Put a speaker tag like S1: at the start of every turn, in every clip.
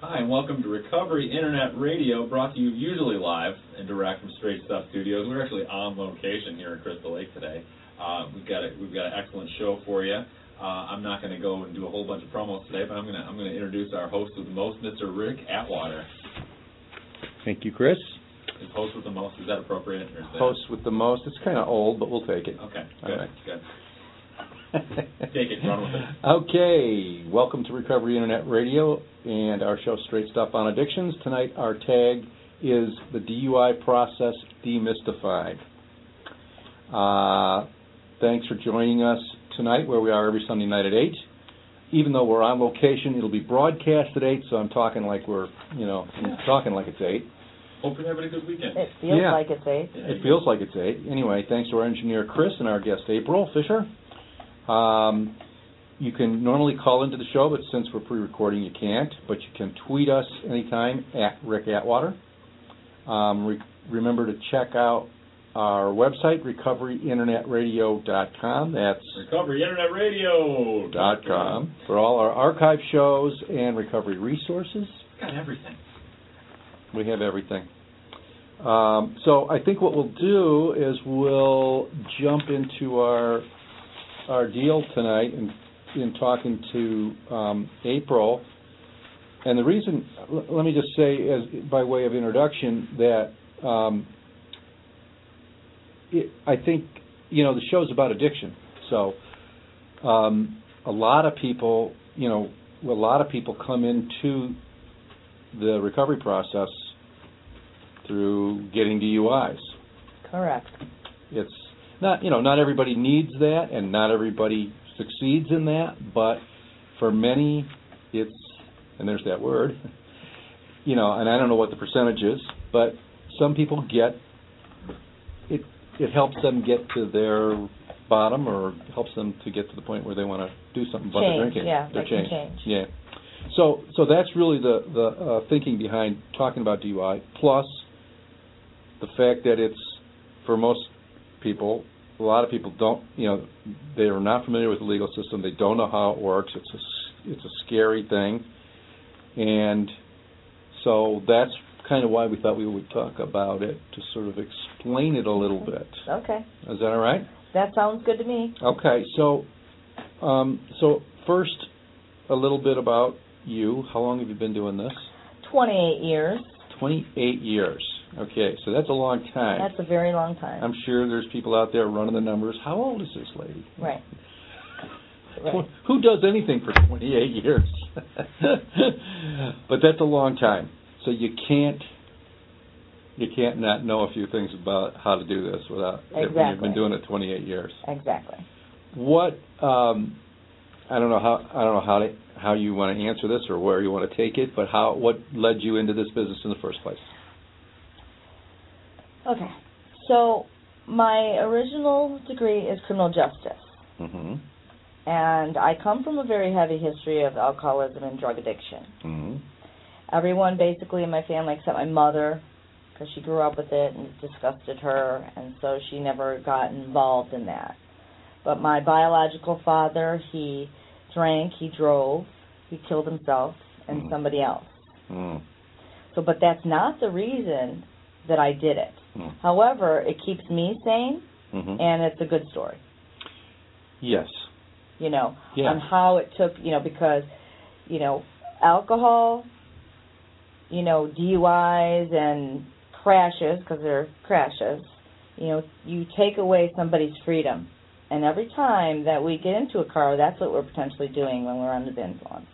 S1: Hi, and welcome to Recovery Internet Radio, brought to you usually live and direct from Straight Stuff Studios. We're actually on location here in Crystal Lake today. Uh, we've got a, we've got an excellent show for you. Uh, I'm not going to go and do a whole bunch of promos today, but I'm going to I'm going to introduce our host with the most, Mr. Rick Atwater.
S2: Thank you, Chris.
S1: Is host with the most is that appropriate? Or is that-
S2: Host with the most. It's kind of old, but we'll take it.
S1: Okay,
S2: All
S1: good,
S2: right.
S1: good. Take it, run with it.
S2: Okay, welcome to Recovery Internet Radio and our show Straight Stuff on Addictions. Tonight our tag is the DUI process demystified. Uh, thanks for joining us tonight, where we are every Sunday night at eight. Even though we're on location, it'll be broadcast at eight, so I'm talking like we're, you know, I'm talking like it's eight.
S1: Hope you're having a good weekend.
S3: It feels
S2: Yeah.
S3: like it's eight.
S1: Yeah,
S2: It feels like it's eight. Anyway, thanks to our engineer Chris and our guest April Fisher. Um, you can normally call into the show, but since we're pre-recording, you can't. But you can tweet us anytime at Rick Atwater. Um, re- remember to check out our website, recoveryinternetradio.com. That's
S1: Recovery Internet Radio
S2: dot com for all our archive shows and recovery resources.
S1: It's got everything.
S2: We have everything. Um, so I think what we'll do is we'll jump into our our deal tonight and in talking to um, April. And the reason, l- let me just say, as by way of introduction, that um, it, I think you know the show's about addiction. So um, a lot of people, you know, a lot of people come into the recovery process through getting DUIs.
S3: Correct.
S2: It's not, you know, not everybody needs that and not everybody succeeds in that, but for many, it's, and there's that word, you know, and I don't know what the percentage is, but some people get, it, it helps them get to their bottom or helps them to get to the point where they want to do something about their
S3: Change,
S2: drinking.
S3: yeah,
S2: their
S3: they can change.
S2: yeah. So so that's really the the uh, thinking behind talking about DUI. Plus, the fact that it's for most people, a lot of people don't you know they are not familiar with the legal system. They don't know how it works. It's a s- it's a scary thing, and so that's kind of why we thought we would talk about it to sort of explain it a little bit.
S3: Okay.
S2: Is that all right?
S3: That sounds good to me.
S2: Okay, so um, so first, a little bit about you. How long have you been doing this?
S3: 28 years.
S2: Twenty-eight years. Okay, so that's a long time.
S3: That's a very long time.
S2: I'm sure there's people out there running the numbers. How old is this lady?
S3: right.
S2: Well,
S3: Right.
S2: Who does anything for 28 years? but that's a long time. So you can't you can't not know a few things about how to do this without when you've
S3: Exactly.
S2: been doing it 28 years.
S3: Exactly.
S2: what um I don't know how I don't know how to how you want to answer this or where you want to take it, but how what led you into this business in the first place?
S3: Okay. So my original degree is criminal justice,
S2: Mhm.
S3: and I come from a very heavy history of alcoholism and drug addiction.
S2: Mhm.
S3: Everyone basically in my family except my mother, because she grew up with it and it disgusted her, and so she never got involved in that. But my biological father, he drank, he drove, he killed himself and
S2: Mhm.
S3: somebody else.
S2: Mm.
S3: So, but that's not the reason that I did it.
S2: Mm.
S3: However, it keeps me sane,
S2: Mhm.
S3: and it's a good story,
S2: Yes.
S3: you know,
S2: Yeah.
S3: on how it took, you know, because, you know, alcohol, you know, DUIs and crashes, because they're crashes, you know, you take away somebody's freedom. And every time that we get into a car, that's what we're potentially doing when we're under the influence.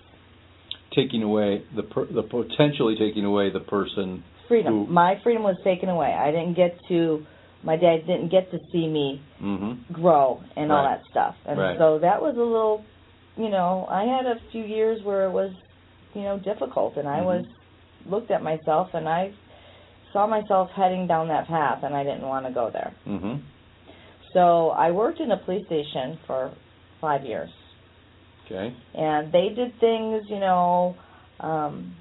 S2: Taking away the per, the potentially taking away the person.
S3: Freedom.
S2: Ooh.
S3: My freedom was taken away. I didn't get to, my dad didn't get to see me Mm-hmm.
S2: Mhm.
S3: grow and all
S2: Right.
S3: that stuff. And
S2: Right.
S3: so that was a little, you know, I had a few years where it was, you know, difficult and I
S2: Mhm.
S3: was looked at myself and I saw myself heading down that path and I didn't want to go there.
S2: Mhm.
S3: So I worked in a police station for 5 years.
S2: Okay.
S3: And they did things, you know, um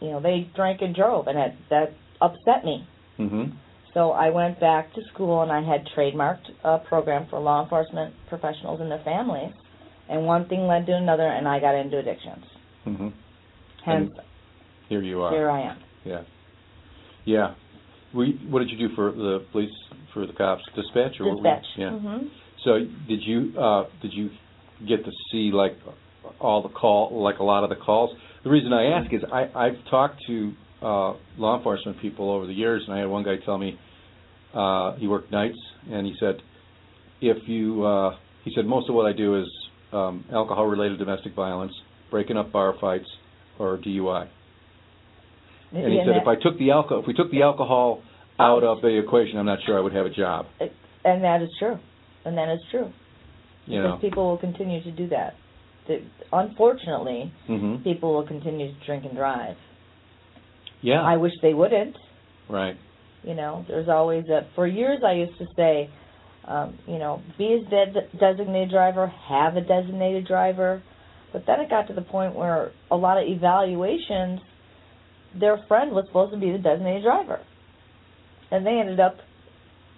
S3: you know, they drank and drove and it, that upset me.
S2: Mhm.
S3: So I went back to school and I had trademarked a program for law enforcement professionals and their families. And one thing led to another, and I got into addictions.
S2: Mhm.
S3: Hence,
S2: Here you are.
S3: here I am.
S2: Yeah. Yeah. We, what did you do for the police, for the cops? Dispatch or what? were you-
S3: Dispatch.
S2: Yeah.
S3: hmm
S2: So did you, uh, did you get to see like all the call, like a lot of the calls? The reason I ask is I, I've talked to, uh, law enforcement people over the years and I had one guy tell me, uh, he worked nights and he said, if you, uh, he said, most of what I do is, um, alcohol related domestic violence, breaking up bar fights or DUI. And he said, if I took the alcohol, if we took the alcohol out of the equation, I'm not sure I would have a job.
S3: and that is true. And that is true.
S2: You
S3: because
S2: know.
S3: people will continue to do that. The- Unfortunately,
S2: hmm
S3: people will continue to drink and drive. I
S2: Yeah.
S3: wish they wouldn't.
S2: Right.
S3: You know, there's always a. For years, I used to say, um, you know, be a de- designated driver, have a designated driver. But then it got to the point where a lot of evaluations, their friend was supposed to be the designated driver, and they ended up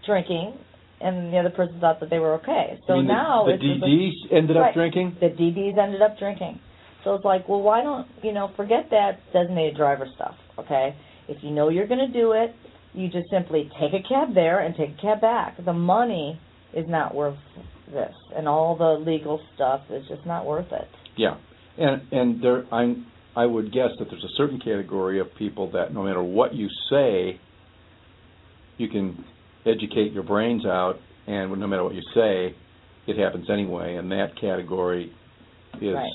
S3: drinking, and the other person thought that they were okay. So
S2: I mean, the-
S3: now
S2: the,
S3: it's just like-
S2: DDs ended
S3: Right.
S2: up drinking.
S3: the DDs ended up drinking. So it's like, well, why don't you know? Forget that designated driver stuff, okay? If you know you're going to do it, you just simply take a cab there and take a cab back. The money is not worth this, and all the legal stuff is just not worth it.
S2: Yeah. And and there, I'm I would guess that there's a certain category of people that no matter what you say, you can educate your brains out, and no matter what you say, it happens anyway. And that category is
S3: Right.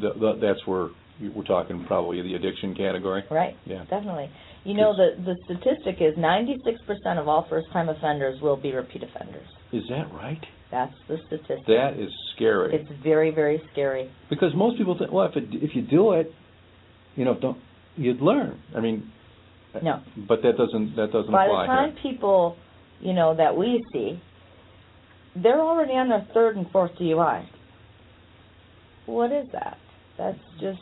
S2: the, the that's where you- we're talking probably the addiction category.
S3: Right?
S2: Yeah.
S3: Definitely. You know, the the statistic is 96% of all first-time offenders will be repeat offenders.
S2: Is that right?
S3: That's the statistic.
S2: That is scary.
S3: It's very, very scary.
S2: because most people think, well, if it, if you do it, you know, don't you'd learn. I mean,
S3: No.
S2: but that doesn't that doesn't
S3: By
S2: apply
S3: the time people, you know, that we see, they're already on their third and fourth DUI. What is that? That's just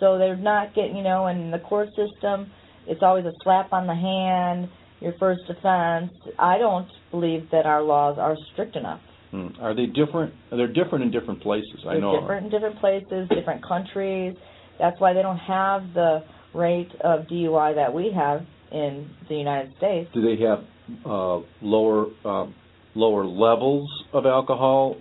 S3: so they're not getting, you know, in the court system, it's always a slap on the hand, your first offense. I don't believe that our laws are strict enough.
S2: here. Hmm. Are they different? They're different in different places. I
S3: They're
S2: know.
S3: different in different places, different countries. That's why they don't have the rate of DUI that we have in the United States.
S2: Do they have uh, lower um, lower levels of alcohol?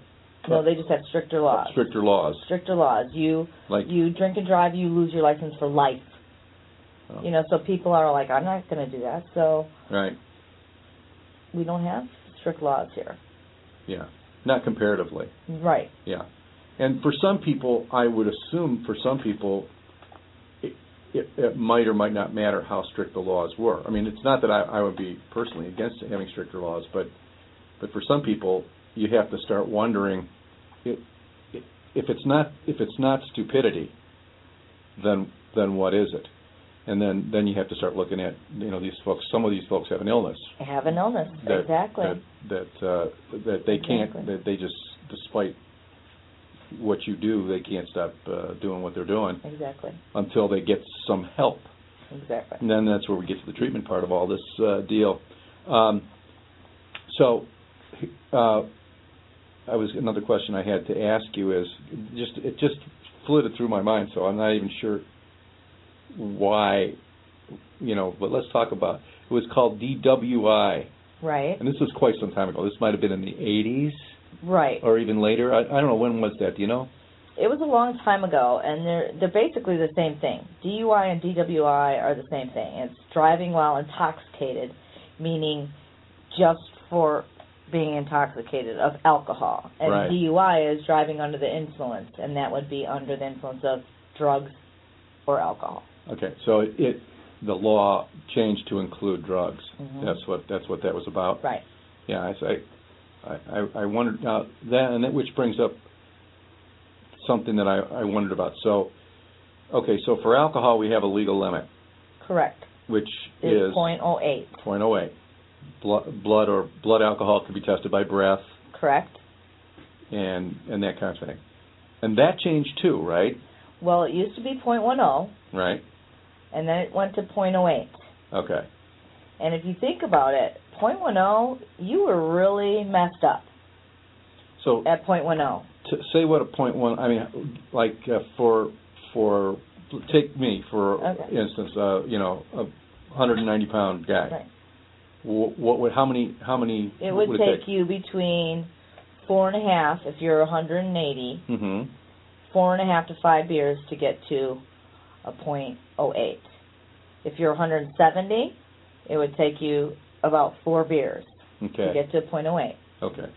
S3: No, they just have stricter laws.
S2: Stricter laws,
S3: stricter laws. You
S2: like
S3: you drink and drive, you lose your license for life.
S2: Oh.
S3: You know, so people are like, I'm not going to do that. So
S2: right?
S3: we don't have strict laws here,
S2: Yeah, not comparatively.
S3: right?
S2: Yeah, and for some people, I would assume for some people, it, it, it might or might not matter how strict the laws were. I mean, it's not that I, I would be personally against having stricter laws, but but for some people, you have to start wondering if, if it's not if it's not stupidity, then then what is it? And then then you have to start looking at you know these folks. Some of these folks have an illness
S3: I have an illness,
S2: that,
S3: exactly.
S2: That that, uh, that they can't.
S3: Exactly.
S2: That they just, despite what you do, they can't stop uh, doing what they're doing
S3: Exactly,
S2: until they get some help.
S3: exactly.
S2: And then that's where we get to the treatment part of all this uh, deal. Um, so, uh, I was another question I had to ask you is just it just flitted through my mind, so I'm not even sure why. You know, but let's talk about it was called DWI.
S3: Right,
S2: And this was quite some time ago. This might have been in the 80s
S3: right.
S2: or even later. I, I don't know when was that. Do you know?
S3: It was a long time ago, and they're they're basically the same thing. DUI and DWI are the same thing. It's driving while intoxicated, meaning just for being intoxicated of alcohol. And
S2: Right.
S3: DUI is driving under the influence, and that would be under the influence of drugs or alcohol.
S2: Okay, so it, it the law changed to include drugs.
S3: Mhm.
S2: That's what that's what that was about.
S3: Right.
S2: Yeah, I say, I I, I wondered now that, and that which brings up something that I, I wondered about. So, okay, so for alcohol we have a legal limit,
S3: Correct.
S2: which
S3: It's
S2: is
S3: point oh eight.
S2: 0.08. Blood, blood or blood alcohol can be tested by breath
S3: Correct.
S2: and and that kind of thing. And that changed too, right?
S3: Well, it used to be point one oh,
S2: Right.
S3: and then it went to point oh eight.
S2: Okay.
S3: And if you think about it, point one oh, you were really messed up.
S2: So
S3: at point one oh.
S2: t- say what a point one. I mean, like uh, for for take me for
S3: Okay.
S2: instance, uh, you know, a 190 pound guy.
S3: Right.
S2: Wh- What would how many how many
S3: It would take you between four and a half, if you're 180,
S2: Mm-hmm.
S3: four and a half to five beers to get to a point oh eight. If you're 170, it would take you about four beers
S2: Okay.
S3: to get to a point oh eight.
S2: Okay.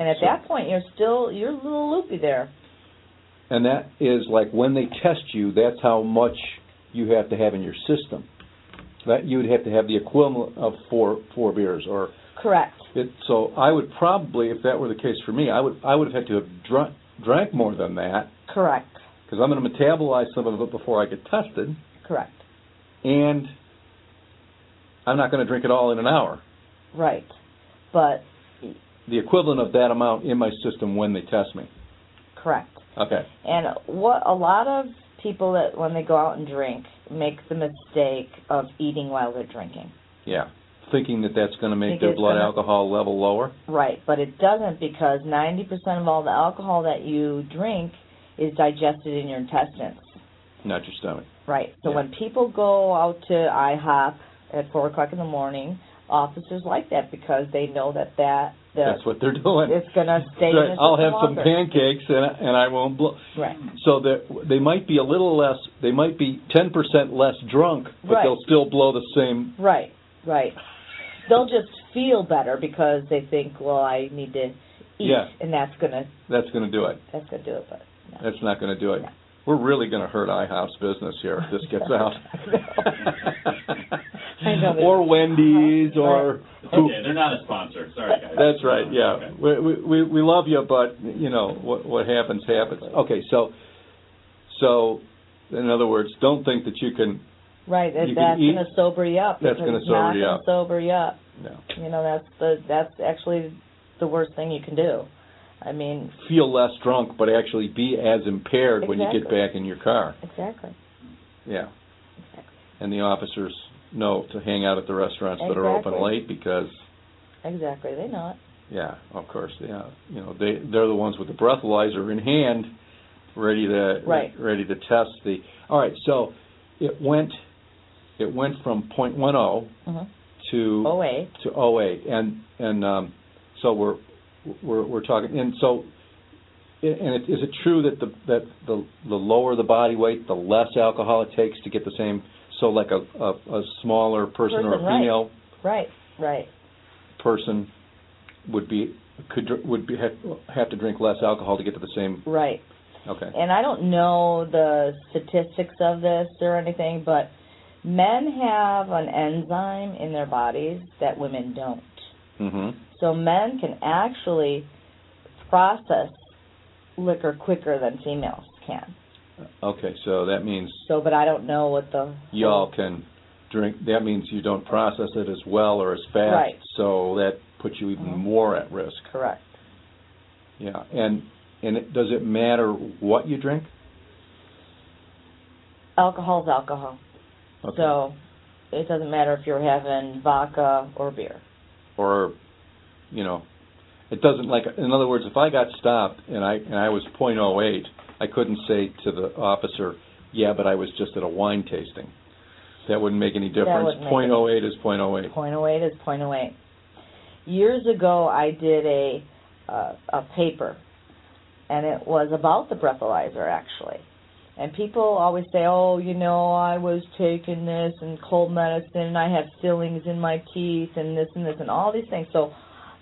S3: And at
S2: So-
S3: that point, you're still you're a little loopy there.
S2: And that is like when they test you, that's how much you have to have in your system. That you would have to have the equivalent of four four beers, or
S3: Correct.
S2: it, so I would probably, if that were the case for me, I would I would have had to have drunk drank more than that
S3: Correct.
S2: because I'm going to metabolize some of it before I get tested,
S3: Correct.
S2: and I'm not going to drink it all in an hour.
S3: Right. But
S2: The equivalent of that amount in my system when they test me.
S3: correct.
S2: Okay.
S3: And what a lot of people that when they go out and drink make the mistake of eating while they're drinking.
S2: Yeah. Thinking that that's going to make
S3: Think
S2: their
S3: it's
S2: blood
S3: gonna-
S2: alcohol level lower.
S3: Right, but it doesn't because 90% of all the alcohol that you drink is digested in your intestines.
S2: Not your stomach.
S3: Right. So
S2: Yeah.
S3: when people go out to IHOP at 4 o'clock in the morning, officers like that because they know that that the,
S2: That's what they're doing.
S3: it's going to stay in
S2: Right.
S3: the
S2: I'll
S3: system
S2: have some
S3: longer.
S2: pancakes and and I won't blow.
S3: Right.
S2: So that they might be a little less. They might be ten percent less drunk, but
S3: Right.
S2: they'll still blow the same.
S3: Right, right. They'll just feel better because they think, well, I need to eat,
S2: Yeah.
S3: and that's gonna
S2: That's going to do it.
S3: that's gonna do it. But no.
S2: That's not going to do it.
S3: No.
S2: We're really going to hurt IHOP's business here if this gets out.
S3: I know that-
S2: or Wendy's
S3: Uh-huh.
S2: or who-
S1: Okay, they're not a sponsor. Sorry, guys.
S2: That's right.
S1: Uh,
S2: Yeah,
S1: okay.
S2: we, we we we love you, but you know what what happens happens. Okay, so so in other words, don't think that you can.
S3: right, that,
S2: You can
S3: that's
S2: eat.
S3: gonna sober you up.
S2: That's
S3: because
S2: gonna
S3: it's not
S2: sober you
S3: gonna
S2: up.
S3: Sober you up.
S2: No.
S3: You know, that's the that's actually the worst thing you can do. I mean,
S2: feel less drunk, but actually be as impaired when you get
S3: Exactly.
S2: back in your car.
S3: exactly.
S2: Yeah.
S3: Exactly.
S2: And the officers know to hang out at the restaurants that are open
S3: Exactly.
S2: late because,
S3: Exactly. They know it.
S2: yeah, of course, yeah, you know they they're the ones with the breathalyzer in hand, ready to
S3: Right.
S2: ready to test the. All right, so it went it went from point one zero
S3: Mm-hmm.
S2: to
S3: Oh wait.
S2: to OA, and and um, so we're we're we're talking, and so and it, is it true that the that the the lower the body weight, the less alcohol it takes to get the same? So like a a, a smaller person, or a
S3: Person, right.
S2: female
S3: Right. Right.
S2: person would be could dr- would be have, have to drink less alcohol to get to the same.
S3: Right.
S2: Okay.
S3: and I don't know the statistics of this or anything, but men have an enzyme in their bodies that women don't.
S2: Mm-hmm.
S3: So men can actually process liquor quicker than females can.
S2: Okay, so that means
S3: So, but I don't know what the
S2: y'all can drink. That means you don't process it as well or as fast.
S3: Right.
S2: So that puts you even
S3: Mhm.
S2: more at risk.
S3: correct.
S2: Yeah, and and it, does it matter what you drink?
S3: Alcohol's alcohol,
S2: Okay.
S3: so it doesn't matter if you're having vodka or beer.
S2: Or, you know, it doesn't like. In other words, if I got stopped and I and I was .08, I couldn't say to the officer, "Yeah, but I was just at a wine tasting." That wouldn't make any difference.
S3: wouldn't make any-
S2: .08 is .08.
S3: Point oh eight is point oh eight. Years ago, I did a uh, a paper, and it was about the breathalyzer actually. And people always say, "Oh, you know, I was taking this and cold medicine, and I had fillings in my teeth, and this and this and all these things." So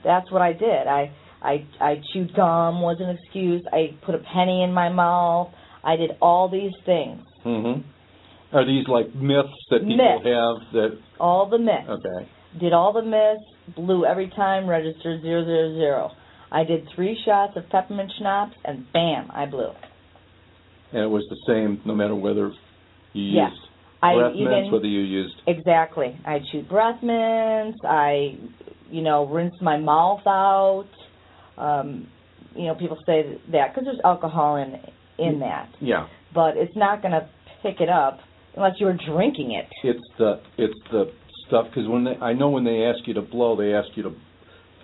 S3: that's what I did. I I I chewed gum was an excuse. I put a penny in my mouth. I did all these things,
S2: Mm-hmm. Are these like myths that people
S3: Myths.
S2: have that?
S3: all the myths.
S2: Okay.
S3: did all the mist, blew every time, registered zero zero zero. I did three shots of peppermint schnapps, and bam, I blew.
S2: And it was the same no matter whether you
S3: Yeah.
S2: used
S3: I
S2: breath mints,
S3: even
S2: whether you used
S3: exactly. I chewed breath mints. I, you know, rinsed my mouth out. Um, you know, people say that because there's alcohol in
S2: Mm-hmm.
S3: in that,
S2: yeah.
S3: but it's not going to pick it up unless you were drinking it.
S2: it's the it's the stuff because when they I know when they ask you to blow, they ask you to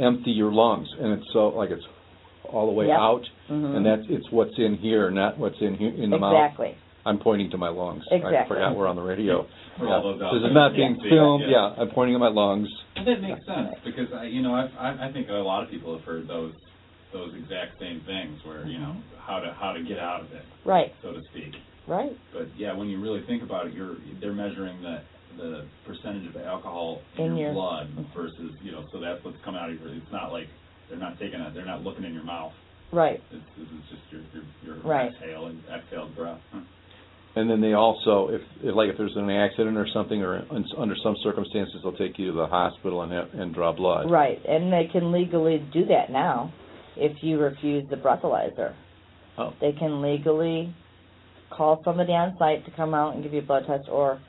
S2: empty your lungs, and it's so like it's all the way
S3: Yep.
S2: out,
S3: Mm-hmm.
S2: and that's it's what's in here, not what's in here in the mouth.
S3: exactly.
S2: I'm pointing to my lungs. I
S3: Exactly.
S2: forgot we're on the radio.
S1: For all
S2: Yeah.
S1: those out
S2: This
S1: there
S2: is not
S1: that
S2: being
S1: can't see it,
S2: filmed.
S1: yeah.
S2: Yeah, I'm pointing at my lungs.
S1: And that makes sense because I, you know, I've, I, I think a lot of people have heard those those exact same things where you know
S3: Mm-hmm.
S1: how to how to get out of it,
S3: Right,
S1: so to speak.
S3: right.
S1: But yeah, when you really think about it, you're they're measuring the the percentage of alcohol in,
S3: In
S1: your,
S3: your- Mm-hmm.
S1: blood versus you know, so that's what's coming out of your. It's not like they're not taking a they're not looking in your mouth.
S3: Right.
S1: It's, this is just your your, your
S3: Right.
S1: exhale and exhaled breath.
S2: And then they also, if, if like if there's an accident or something, or un- under some circumstances, they'll take you to the hospital and have, and draw blood.
S3: Right, and they can legally do that now if you refuse the breathalyzer.
S2: Oh.
S3: They can legally call somebody on site to come out and give you a blood test or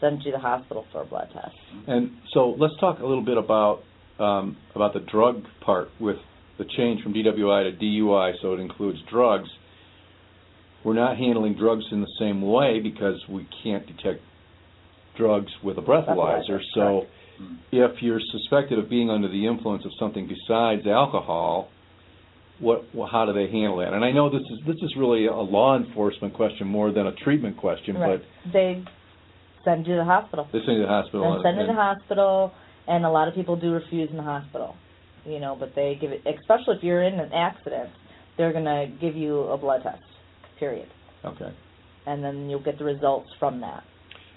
S3: send you to the hospital for a blood test.
S2: And so let's talk a little bit about um, about the drug part with the change from DWI to DUI, so it includes drugs. We're not handling drugs in the same way because we can't detect drugs with a breathalyzer.
S3: Breathalyzer,
S2: So if you're suspected of being under the influence of something besides alcohol, what wh- how do they handle that? And I know this is this is really a law enforcement question more than a treatment question,
S3: Right. They send you to the hospital.
S2: but they send you to the hospital.
S3: Then
S2: and-
S3: send you to
S2: and-
S3: the hospital, and a lot of people do refuse in the hospital. You know, but they give it, especially if you're in an accident, they're going to give you a blood test, period.
S2: okay.
S3: And then you'll get the results from that.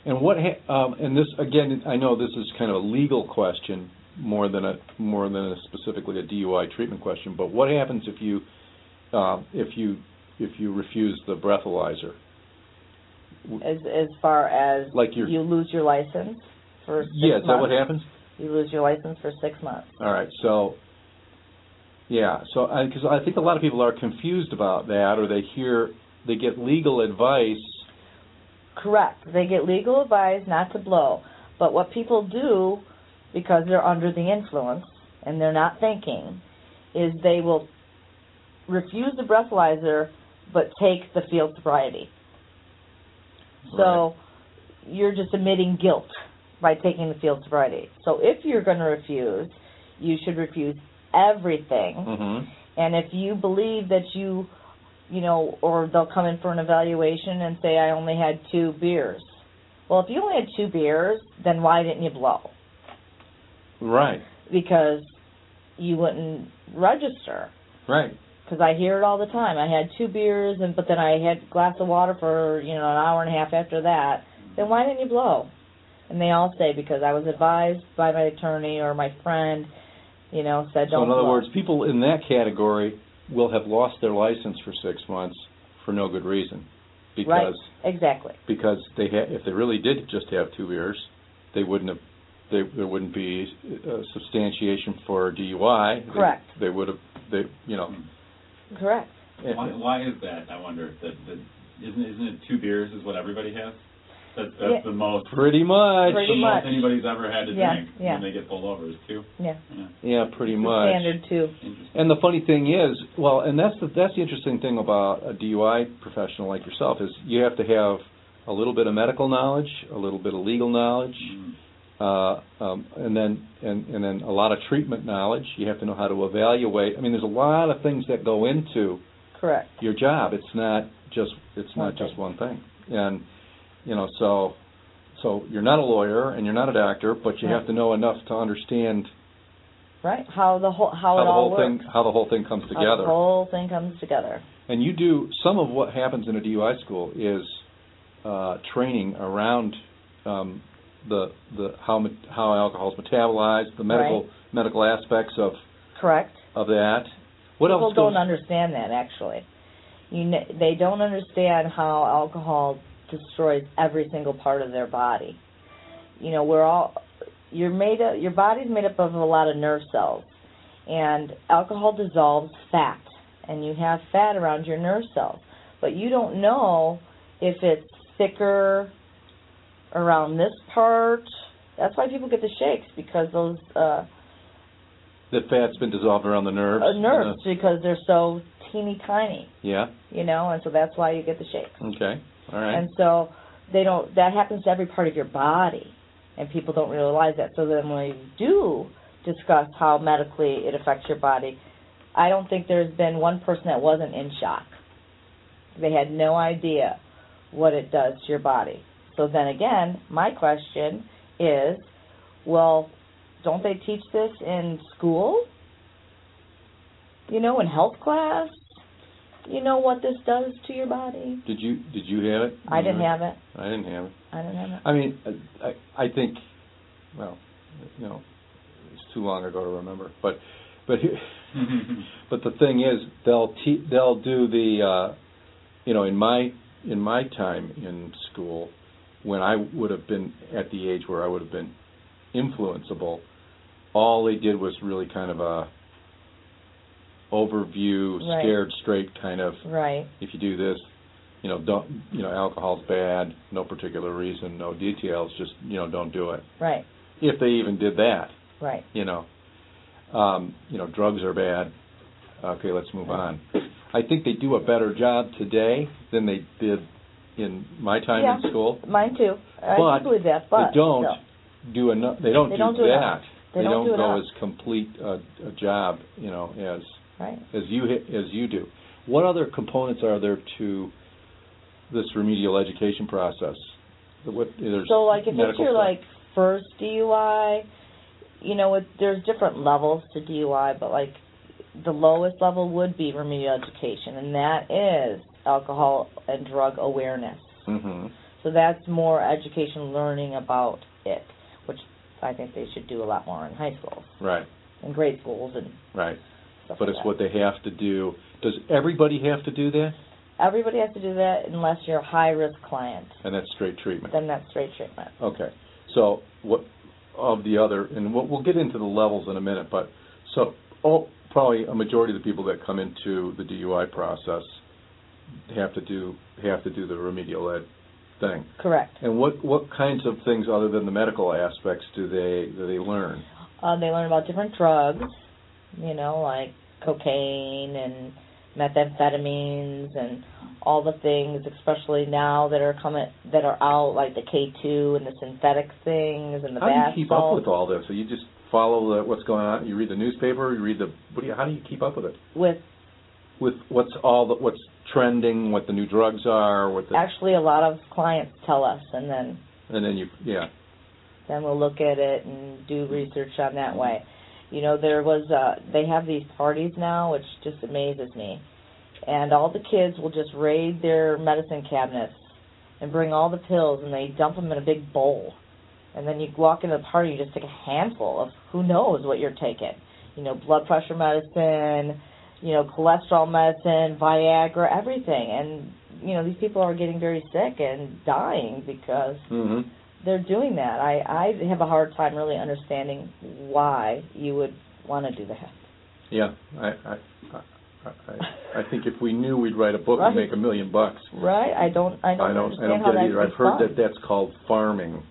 S2: And what, ha- um, and this, again, I know this is kind of a legal question more than a, more than a specifically a DUI treatment question, but what happens if you, um, if you, if you refuse the breathalyzer?
S3: As as far as
S2: Like your,
S3: you lose your license for six
S2: yeah, is that what
S3: months.
S2: happens?
S3: You lose your license for six months.
S2: All right, so, yeah, so I, because I think a lot of people are confused about that, or they hear, they get legal advice,
S3: Correct. They get legal advice not to blow. But what people do, because they're under the influence and they're not thinking, is they will refuse the breathalyzer but take the field sobriety. So you're just admitting guilt by taking the field sobriety. So if you're going to refuse, you should refuse everything.
S2: hmm
S3: And if you believe that you, you know, or they'll come in for an evaluation and say, I only had two beers. Well, if you only had two beers, then why didn't you blow?
S2: right,
S3: Because you wouldn't register.
S2: right,
S3: Because I hear it all the time. I had two beers, and but then I had a glass of water for you know an hour and a half after that. Then why didn't you blow? And they all say because I was advised by my attorney or my friend, you know, said
S2: So
S3: don't
S2: in other
S3: blow.
S2: words, people in that category will have lost their license for six months for no good reason, because
S3: Right. exactly.
S2: because they ha- if they really did just have two beers, they wouldn't have they there wouldn't be uh, substantiation for DUI. They-
S3: Correct.
S2: They, would have they you know. eh,
S3: Correct.
S1: Why, why is that? I wonder. That, that isn't isn't it two beers is what everybody has. That's that's
S3: Yeah.
S1: the most.
S2: Pretty much.
S1: that's the
S3: Pretty
S1: most
S3: much.
S1: anybody's ever had to
S3: Yeah,
S1: drink
S3: yeah.
S1: when they get pulled over is two.
S3: Yeah.
S2: Yeah, pretty
S3: The
S2: much.
S3: Standard too.
S1: Interesting.
S2: And the funny thing is, well, and that's the that's the interesting thing about a DUI professional like yourself is you have to have a little bit of medical knowledge, a little bit of legal knowledge,
S1: Mm.
S2: uh, um, and then and, and then a lot of treatment knowledge. You have to know how to evaluate. I mean, there's a lot of things that go into
S3: Correct.
S2: your job. It's not just it's
S3: One
S2: not just one thing. And you know, so so you're not a lawyer and you're not a doctor, but you
S3: Right.
S2: have to know enough to understand
S3: Right. How the whole how,
S2: how
S3: it
S2: the
S3: all
S2: whole
S3: works.
S2: thing how the whole thing comes together.
S3: How the whole thing comes together.
S2: And you do some of what happens in a DUI school is uh, training around um, the the how me- how alcohol is metabolized, the medical medical aspects of
S3: Correct.
S2: of that. What
S3: People
S2: else goes?
S3: don't understand that actually. You know, they don't understand how alcohol destroys every single part of their body. You know, we're all you're made up. Your body's made up of a lot of nerve cells, and alcohol dissolves fat, and you have fat around your nerve cells. But you don't know if it's thicker around this part. That's why people get the shakes because those. Uh,
S2: the fat's been dissolved around the nerves.
S3: uh,
S2: and
S3: nerves because they're so teeny tiny,
S2: the- yeah.
S3: you know, and so that's why you get the shakes.
S2: Okay. All right.
S3: And so they don't. That happens to every part of your body, and people don't realize that. So then when you do discuss how medically it affects your body, I don't think there's been one person that wasn't in shock. They had no idea what it does to your body. So then again, my question is, well, don't they teach this in school? You know, in health class? You know what this does to your body?
S2: Did you did you have it?
S3: I didn't have it.
S2: I didn't have it.
S3: I didn't have it.
S2: I mean, I, I think, well, you know, it's too long ago to remember. But but here- but the thing is, they'll te- they'll do the, uh, you know, in my in my time in school, when I would have been at the age where I would have been influenceable, all they did was really kind of a overview,
S3: Right.
S2: scared straight kind of
S3: Right.
S2: if you do this, you know, don't, you know, alcohol's bad, no particular reason, no details, just, you know, don't do it.
S3: Right.
S2: If they even did that,
S3: Right.
S2: you know, um, you know, drugs are bad. Okay, let's move on. I think they do a better job today than they did in my time
S3: Yeah.
S2: in school.
S3: Mine too. I
S2: But
S3: do believe that, but
S2: they don't
S3: still,
S2: do enough. They don't
S3: They
S2: do
S3: don't do
S2: that.
S3: enough. They don't do
S2: go
S3: enough.
S2: as complete a, a job, you know, as
S3: right.
S2: as you hit- as you do. What other components are there to this remedial education process? What there's
S3: So like if it's
S2: medical
S3: your
S2: stuff.
S3: like first DUI, you know, it, there's different levels to DUI, but like the lowest level would be remedial education, and that is alcohol and drug awareness.
S2: Mhm.
S3: So that's more education learning about it, which I think they should do a lot more in high schools
S2: right,
S3: and grade schools and
S2: right.
S3: stuff
S2: But
S3: like
S2: it's
S3: that.
S2: what they have to do. Does everybody have to do that?
S3: Everybody has to do that unless you're a high risk client.
S2: And that's straight treatment.
S3: Then that's straight treatment.
S2: Okay. So what of the other, and we'll, we'll get into the levels in a minute, but so oh, probably a majority of the people that come into the DUI process have to do have to do the remedial ed thing.
S3: Correct.
S2: And what what kinds of things other than the medical aspects do they do they learn?
S3: Uh, they learn about different drugs, you know, like cocaine and methamphetamines and all the things, especially now that are coming that are out, like the K two and the synthetic things and the
S2: how do you keep up
S3: bath
S2: with all this? So you just follow the, what's going on. You read the newspaper. You read the. What do you, how do you keep up with it?
S3: salts. With
S2: With what's all the, what's trending, what the new drugs are, what the,
S3: actually, a lot of clients tell us, and then
S2: and then you yeah
S3: then we'll look at it and do research on that way. You know, there was uh they have these parties now which just amazes me. And all the kids will just raid their medicine cabinets and bring all the pills and they dump them in a big bowl. And then you walk into the party, you just take a handful of who knows what you're taking. You know, blood pressure medicine, you know, cholesterol medicine, Viagra, everything. And you know, these people are getting very sick and dying because
S2: Mm-hmm.
S3: they're doing that. I I have a hard time really understanding why you would want to do that.
S2: Yeah, I, I, I, I, I think if we knew, we'd write a book and
S3: Right.
S2: make a million bucks.
S3: Right? I don't I don't,
S2: I don't,
S3: understand
S2: I don't
S3: how
S2: get it either.
S3: that's
S2: I've heard that that's called farming,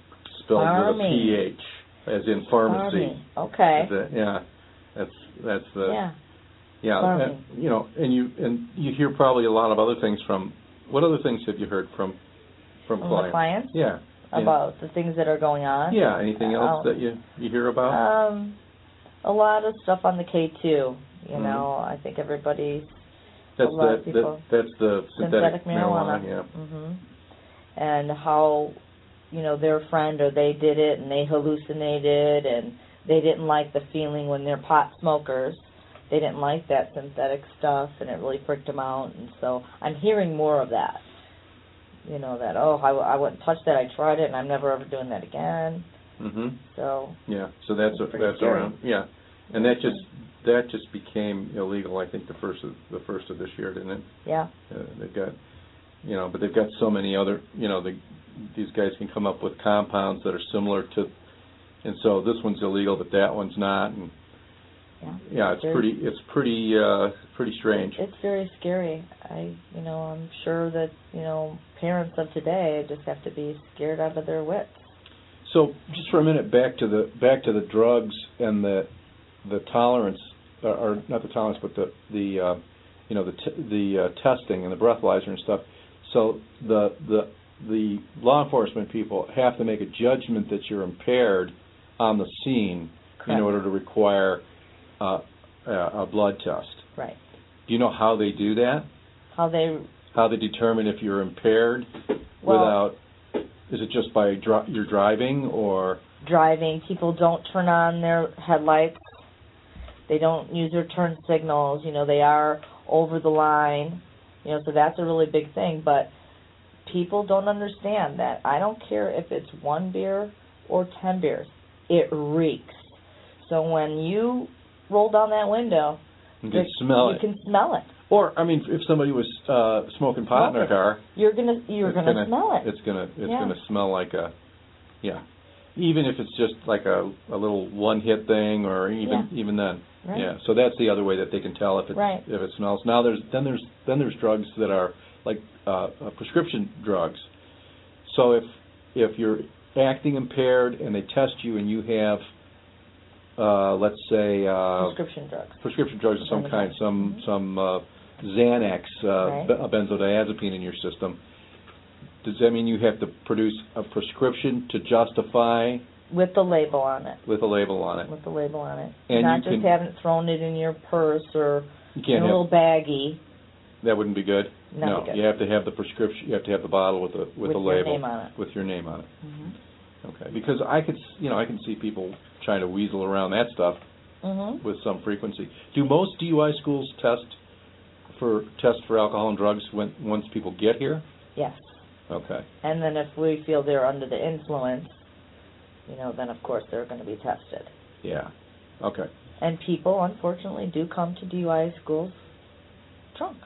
S2: spelled with a
S3: Farming.
S2: ph, as in pharmacy.
S3: Okay.
S2: Is it- yeah, that's that's the
S3: yeah.
S2: yeah.
S3: farming.
S2: and, you know, and you and you hear probably a lot of other things from. What other things have you heard from from,
S3: From the
S2: clients?
S3: clients
S2: Yeah, yeah.
S3: about the things that are going on.
S2: yeah. Anything else
S3: Oh.
S2: that you you hear about?
S3: Um a lot of stuff on the K two. You
S2: Mhm.
S3: know, I think everybody
S2: that's
S3: a lot
S2: the,
S3: of
S2: the
S3: people-
S2: that's the synthetic,
S3: synthetic marijuana.
S2: Yeah.
S3: Mhm. And how you know their friend or they did it and they hallucinated and they didn't like the feeling when they're pot smokers. They didn't like that synthetic stuff and it really freaked them out. And so I'm hearing more of that. You know that oh I, w- I wouldn't touch that I tried it and I'm never ever doing that again.
S2: Mm-hmm.
S3: So
S2: Yeah, so that's,
S3: That's pretty
S2: that's
S3: scary.
S2: around, yeah. And that just, that just became illegal, I think, the first of, the first of this year, didn't it?
S3: yeah
S2: Uh, They've got, you know, but they've got so many other, you know, the, these guys can come up with compounds that are similar to, and so this one's illegal, but that one's not, and,
S3: yeah
S2: yeah, it's
S3: There's-
S2: pretty, it's pretty, uh, pretty strange.
S3: It's very scary. I, you know, I'm sure that you know parents of today just have to be scared out of their wits.
S2: So just for a minute, back to the back to the drugs and the the tolerance, or, or not the tolerance, but the the uh, you know the t- the uh, testing and the breathalyzer and stuff. So the the the law enforcement people have to make a judgment that you're impaired on the scene in
S3: Correct.
S2: order to require uh, a, a blood test.
S3: Right.
S2: Do you know how they do that?
S3: How they
S2: How they determine if you're impaired
S3: Well-
S2: without? Is it just by dri- your driving or?
S3: driving. People don't turn on their headlights. They don't use their turn signals. You know, they are over the line. You know, so that's a really big thing. But people don't understand that. I don't care if it's one beer or ten beers. It reeks. So when you roll down that window,
S2: You can
S3: the-
S2: smell
S3: you
S2: it.
S3: can smell it.
S2: Or I mean, if somebody was uh, smoking pot in their
S3: Smoking.
S2: car,
S3: You're gonna you're
S2: it's
S3: gonna, smell it.
S2: It's gonna it's
S3: Yeah.
S2: gonna smell like a yeah. Even if it's just like a a little one hit thing, or even even then,
S3: Right.
S2: yeah. So that's the other way that they can tell if it
S3: Right.
S2: if it smells. Now there's then there's then there's drugs that are like uh, uh, prescription drugs. So if if you're acting impaired and they test you and you have uh, let's say uh,
S3: Prescription drugs.
S2: prescription drugs of some kind, some
S3: Mhm.
S2: some uh, Xanax, uh,
S3: Right.
S2: be- a benzodiazepine in your system. Does that mean you have to produce a prescription to justify
S3: With the label on it.
S2: with a label on it?
S3: With the label on it.
S2: And
S3: Not
S2: you
S3: just
S2: can-
S3: having it thrown it in your purse or
S2: You
S3: in
S2: can't
S3: a little
S2: have
S3: baggie.
S2: that. Wouldn't be good.
S3: Not
S2: no,
S3: be good.
S2: you have to have the prescription. You have to have the bottle with the with,
S3: with
S2: the
S3: your
S2: label
S3: name on it.
S2: with your name on it.
S3: Mhm.
S2: Okay, because I could, s- you know, I can see people trying to weasel around that stuff
S3: Mhm.
S2: with some frequency. Do most DUI schools test for test for alcohol and drugs when once people get here?
S3: Yes.
S2: Okay.
S3: And then if we feel they're under the influence, you know, then of course they're going to be tested.
S2: Yeah. Okay.
S3: And people unfortunately do come to DUI schools drunk.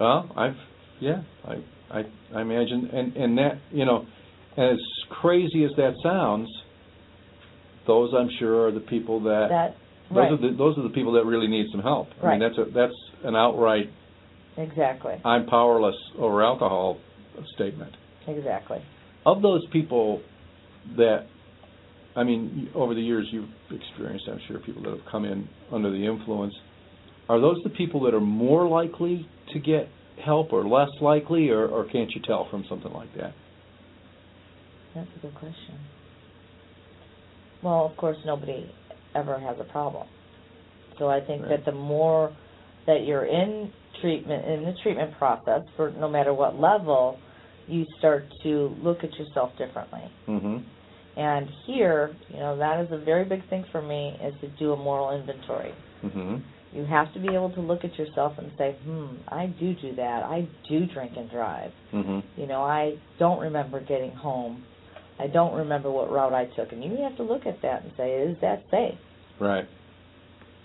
S2: Well, I've yeah, I I I imagine and and that you know, as crazy as that sounds, those I'm sure are the people that,
S3: That
S2: those
S3: right.
S2: are the those are the people that really need some help. I mean
S3: Right.
S2: that's a that's an outright
S3: exactly.
S2: I'm powerless over alcohol statement.
S3: Exactly.
S2: Of those people that I mean, over the years you've experienced, I'm sure, people that have come in under the influence. Are those the people that are more likely to get help or less likely, or, or can't you tell from something like that?
S3: That's a good question. Well, of course nobody ever has a problem. So I think
S2: Right.
S3: that the more that you're in treatment in the treatment process for no matter what level, you start to look at yourself differently.
S2: Mm-hmm.
S3: And here, you know, that is a very big thing for me is to do a moral inventory.
S2: Mm-hmm.
S3: You have to be able to look at yourself and say, hmm, I do do that. I do drink and drive.
S2: Mm-hmm.
S3: You know, I don't remember getting home. I don't remember what route I took. And you have to look at that and say, is that safe?
S2: Right.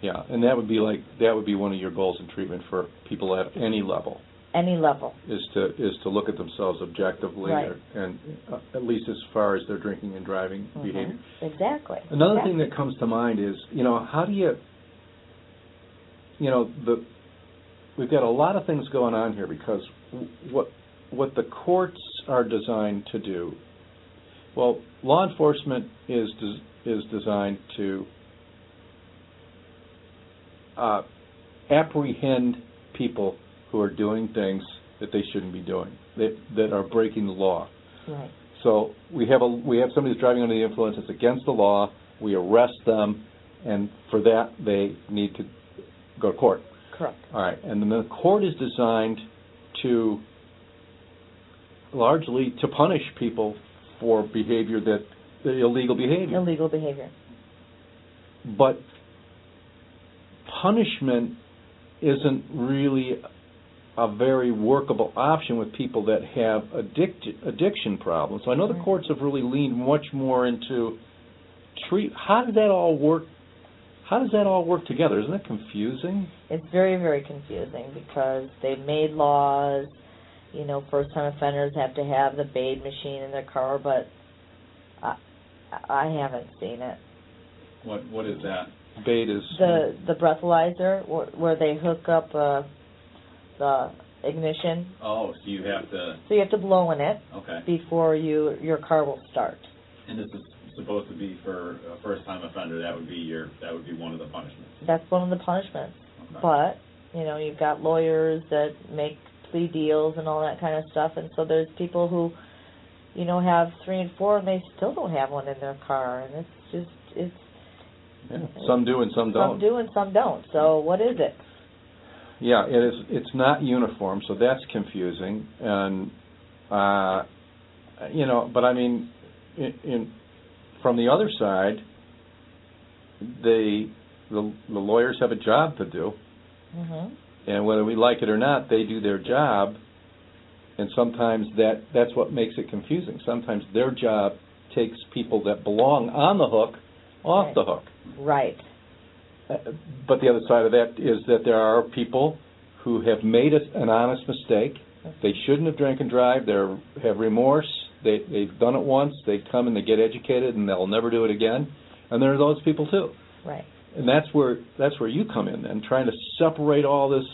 S2: Yeah, and that would be like that would be one of your goals in treatment for people at any level
S3: Any level.
S2: is to is to look at themselves objectively,
S3: Right.
S2: or, and uh, at least as far as their drinking and driving
S3: Mhm.
S2: behavior.
S3: Exactly.
S2: Another
S3: Exactly.
S2: thing that comes to mind is, you know, how do you, you know, the we've got a lot of things going on here because w- what what the courts are designed to do. Well, law enforcement is des- is designed to uh, apprehend people who are doing things that they shouldn't be doing, that that are breaking the law.
S3: Right.
S2: So we have a we have somebody who's driving under the influence. It's against the law. We arrest them, and for that they need to go to court.
S3: Correct.
S2: All right, and then the court is designed to largely to punish people for behavior that the illegal behavior.
S3: Illegal behavior.
S2: But punishment isn't really a very workable option with people that have addict addiction problems. So I know the
S3: Right.
S2: courts have really leaned much more into treat. How does that all work? How does that all work together? Isn't that confusing?
S3: It's very, very confusing because they've made laws. You know, first time offenders have to have the BAID machine in their car, but I, I haven't seen it.
S1: What what is that?
S2: Betas.
S3: The the breathalyzer wh- where they hook up uh, the ignition,
S1: Oh, so you have to
S3: so you have to blow in it
S1: okay.
S3: before you your car will start.
S1: And this is supposed to be for a first time offender. That would be your that would be one of the punishments.
S3: That's one of the punishments.
S1: Okay.
S3: But you know, you've got lawyers that make plea deals and all that kind of stuff, and so there's people who, you know, have three and four, and they still don't have one in their car, and it's just it's
S2: Yeah, Some do and some don't.
S3: some do and some don't. So what is it?
S2: Yeah, it is. It's not uniform, so that's confusing. And Uh, you know, but I mean, in, in from the other side, they the, the lawyers have a job to do,
S3: Mhm.
S2: and whether we like it or not, they do their job. And sometimes that that's what makes it confusing. Sometimes their job takes people that belong on the hook off
S3: Right.
S2: the hook.
S3: Right.
S2: Uh, But the other side of that is that there are people who have made a, an honest mistake. They shouldn't have drank and drive. They are have remorse. They they've done it once. They come and they get educated, and they'll never do it again. And there are those people too.
S3: Right.
S2: And that's where that's where you come in, then trying to separate all this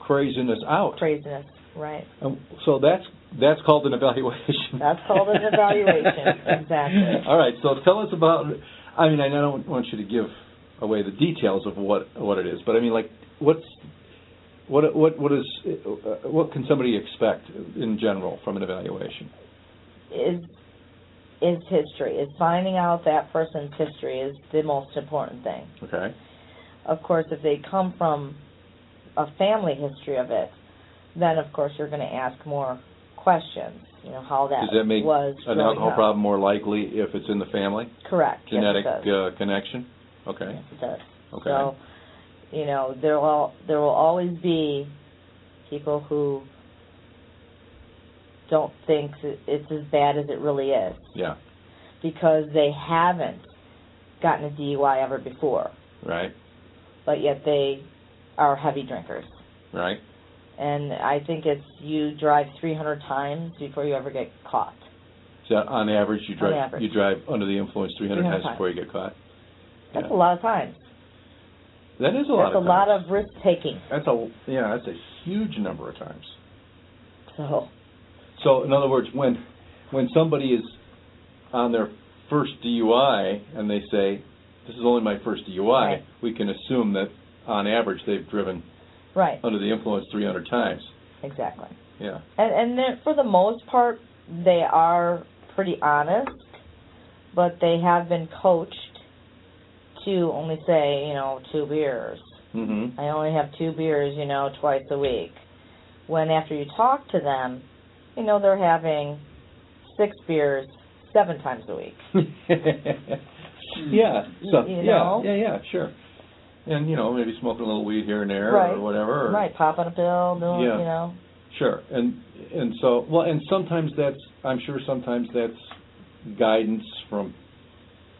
S2: craziness out.
S3: Craziness. Right.
S2: Um, so that's that's called an evaluation.
S3: That's called an evaluation, exactly.
S2: All right. So tell us about. I mean, I don't want you to give away the details of what what it is, but I mean, like, what's what what what is uh, what can somebody expect in general from an evaluation?
S3: Is is history. Is finding out that person's history is the most important thing.
S2: Okay.
S3: Of course, if they come from a family history of it, then of course you're going to ask more questions. You know how that,
S2: Does that make
S3: was
S2: An
S3: growing
S2: alcohol
S3: up.
S2: problem more likely if it's in the family,
S3: Correct.
S2: genetic
S3: Yes, it does.
S2: uh, connection. Okay.
S3: Yes, it does.
S2: Okay.
S3: So, you know, there will there will always be people who don't think that it's as bad as it really is
S2: yeah.
S3: because they haven't gotten a DUI ever before,
S2: Right.
S3: but yet they are heavy drinkers.
S2: Right.
S3: And I think it's you drive 300 times before you ever get caught.
S2: So on average, you
S3: On
S2: drive
S3: average.
S2: you drive under the influence 300
S3: 300
S2: times
S3: times.
S2: before you get caught.
S3: That's
S2: Yeah.
S3: a lot of times.
S2: That is a lot.
S3: That's a
S2: of
S3: lot
S2: times.
S3: of risk taking.
S2: That's a yeah. That's a huge number of times.
S3: So,
S2: So in other words, when when somebody is on their first DUI and they say, "This is only my first DUI,"
S3: Right.
S2: we can assume that on average they've driven
S3: right,
S2: under the influence 300 times.
S3: exactly.
S2: Yeah.
S3: And and then for the most part, they are pretty honest, but they have been coached to only say, you know, two beers.
S2: Mm-hmm.
S3: I only have two beers, you know, twice a week. When after you talk to them, you know they're having six beers seven times a week.
S2: yeah. So
S3: You
S2: yeah,
S3: know?
S2: yeah, yeah, sure. And you know, maybe smoking a little weed here and there
S3: Right.
S2: or whatever. or-
S3: Right, popping a pill, doing,
S2: Yeah.
S3: you know,
S2: Sure, and and so well, and sometimes that's I'm sure sometimes that's guidance from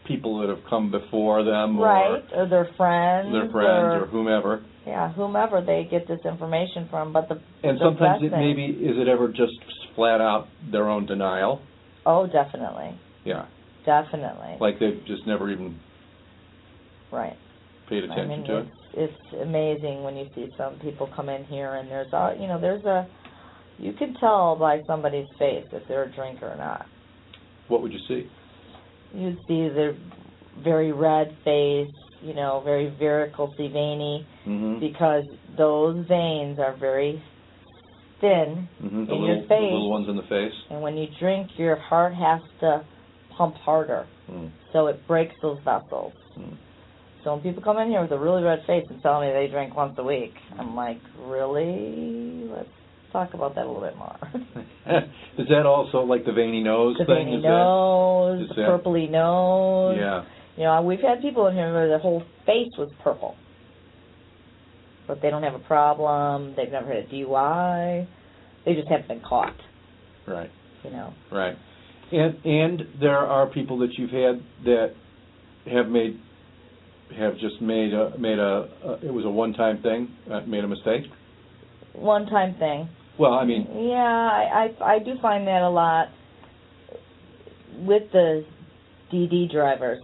S2: people that have come before them
S3: right, or their friends,
S2: or their friends or, whomever.
S3: yeah, whomever they get this information from. But the
S2: And
S3: The
S2: sometimes it
S3: best thing-
S2: maybe is it ever just flat out their own denial.
S3: oh, definitely,
S2: Yeah,
S3: definitely,
S2: like they've just never even
S3: right.
S2: paid
S3: I
S2: attention
S3: mean,
S2: to it.
S3: it's, it's amazing when you see some people come in here and there's a, you know, there's a, you can tell by somebody's face if they're a drinker or not.
S2: What would you see?
S3: You'd see their very red face, you know, very varicosely veiny,
S2: Mm-hmm.
S3: because those veins are very thin,
S2: mm-hmm. The
S3: in
S2: little
S3: your face.
S2: the little ones in the face.
S3: and when you drink, your heart has to pump harder,
S2: Mm.
S3: so it breaks those vessels.
S2: Mm.
S3: So when people come in here with a really red face and tell me they drink once a week, I'm like, really? Let's talk about that a little bit more.
S2: Mm-hmm. is that also like the veiny nose
S3: the
S2: thing?
S3: veiny
S2: is
S3: nose,
S2: is
S3: the
S2: that-
S3: purpley
S2: that?
S3: nose.
S2: Yeah.
S3: You know, we've had people in here where their whole face was purple, but they don't have a problem. They've never had a DUI. They just haven't been caught.
S2: Right.
S3: You know,
S2: Right. And and there are people that you've had that have made have just made a made a, a it was a one time thing uh, made a mistake.
S3: one time thing.
S2: Well, I mean,
S3: yeah, I, I I do find that a lot with the DD drivers.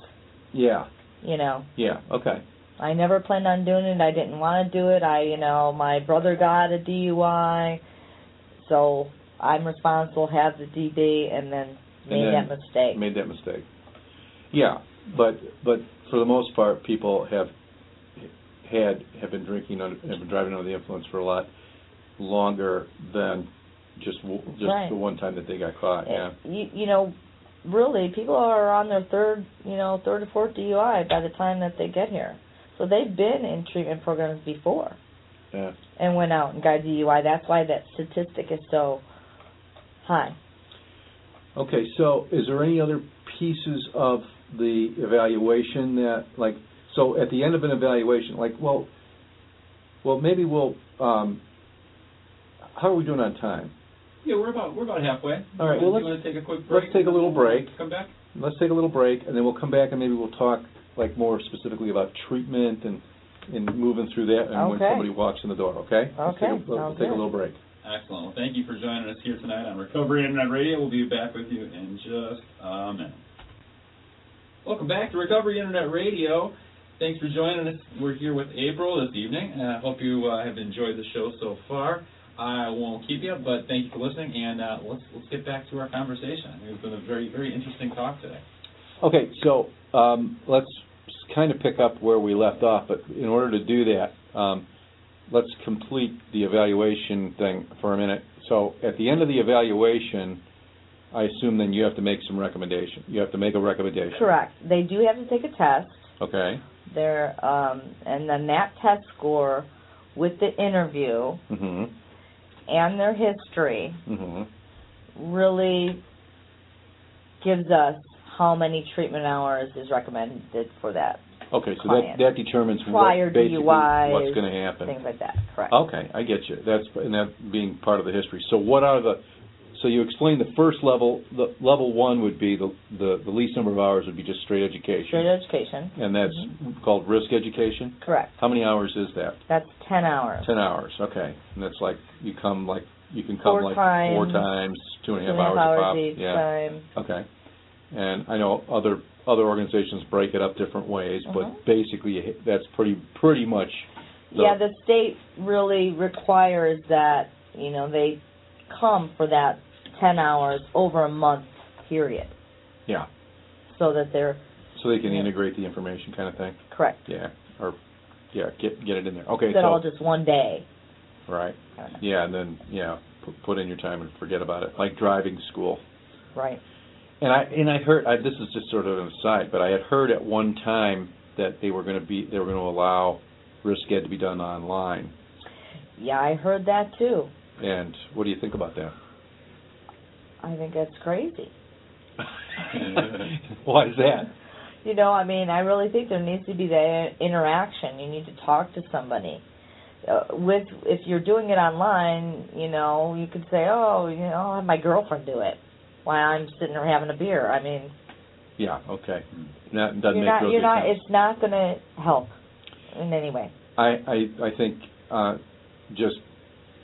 S2: yeah,
S3: You know,
S2: yeah, okay,
S3: I never planned on doing it. I didn't want to do it. I, you know, my brother got a DUI, so I'm responsible. Have the DD, and then
S2: And
S3: made
S2: then
S3: that mistake.
S2: made that mistake. Yeah, but but for the most part, people have had have been drinking under, have been driving under the influence for a lot longer than just w- just
S3: Right.
S2: the one time that they got caught. Yeah,
S3: you, you know, really, people are on their third, you know, third or fourth DUI by the time that they get here. So they've been in treatment programs before
S2: yeah,
S3: and went out and got a DUI. That's why that statistic is so high.
S2: Okay, so is there any other pieces of the evaluation that, like, so at the end of an evaluation, like, well, well, maybe we'll, um, how are we doing on time?
S1: Yeah, we're about we're about halfway.
S2: All right,
S1: Do you
S2: well,
S1: want to take a quick break?
S2: let's take a little break.
S1: Come back.
S2: Let's take a little break, and then we'll come back and maybe we'll talk like more specifically about treatment and and moving through that and when
S3: Okay.
S2: somebody walks in the door. Okay. Let's take a,
S3: Okay,
S2: we'll
S3: sounds
S2: take a
S3: good.
S2: little break.
S1: Excellent. Well, thank you for joining us here tonight on Recovery Internet Radio. We'll be back with you in just a minute. Welcome back to Recovery Internet Radio. Thanks for joining us. We're here with April this evening, and I hope you uh, have enjoyed the show so far. I won't keep you, but thank you for listening, and uh, let's let's get back to our conversation. It's been a very very interesting talk today.
S2: Okay, so um, let's kind of pick up where we left off, but in order to do that, um, let's complete the evaluation thing for a minute. So at the end of the evaluation, I assume then you have to make some recommendation. You have to make a recommendation.
S3: Correct. They do have to take a test.
S2: Okay.
S3: They're um, and then that test score with the interview
S2: Mhm.
S3: and their history
S2: Mhm.
S3: really gives us how many treatment hours is recommended for that,
S2: Okay, so that
S3: Client.
S2: that determines
S3: Prior
S2: what basically
S3: DUIs,
S2: what's going to happen.
S3: things like that. Correct.
S2: Okay, I get you. That's and that being part of the history. So what are the? So you explained the first level. The level one would be the the, the least number of hours would be just straight education,
S3: Straight Mm-hmm. education.
S2: and that's called risk education.
S3: Correct.
S2: How many hours is that?
S3: That's ten hours.
S2: Ten hours. Okay, and that's like you come like you can come
S3: Four
S2: like
S3: times,
S2: four times, two and a half
S3: Two and a half
S2: hours, a pop.
S3: each
S2: yeah.
S3: time.
S2: Okay. And I know other other organizations break it up different ways,
S3: Mhm.
S2: but basically it- that's pretty pretty much. The,
S3: yeah, the state really requires that you know they come for that ten hours over a month period,
S2: yeah.
S3: so that they're
S2: So they can
S3: Yeah.
S2: integrate the information kind of thing.
S3: correct.
S2: Yeah, or yeah, get get it in there. Okay,
S3: That all
S2: so
S3: just one day.
S2: right,
S3: kinda,
S2: yeah, and then yeah, put, put in your time and forget about it, like driving school.
S3: Right.
S2: And I and I heard I, this is just sort of an aside, but I had heard at one time that they were going to be they were going to allow risk ed to be done online.
S3: Yeah, I heard that too.
S2: And what do you think about that?
S3: I think that's crazy.
S2: Why is that?
S3: You know, I mean, I really think there needs to be that interaction. You need to talk to somebody. Uh, with if you're doing it online, you know, you could say, "Oh, you know, I'll have my girlfriend do it while I'm sitting there having a beer." I mean,
S2: Yeah, okay, that doesn't make
S3: you're not,
S2: real
S3: you're
S2: good
S3: not,
S2: sense.
S3: it's not going to help in any way.
S2: I, I I think uh, just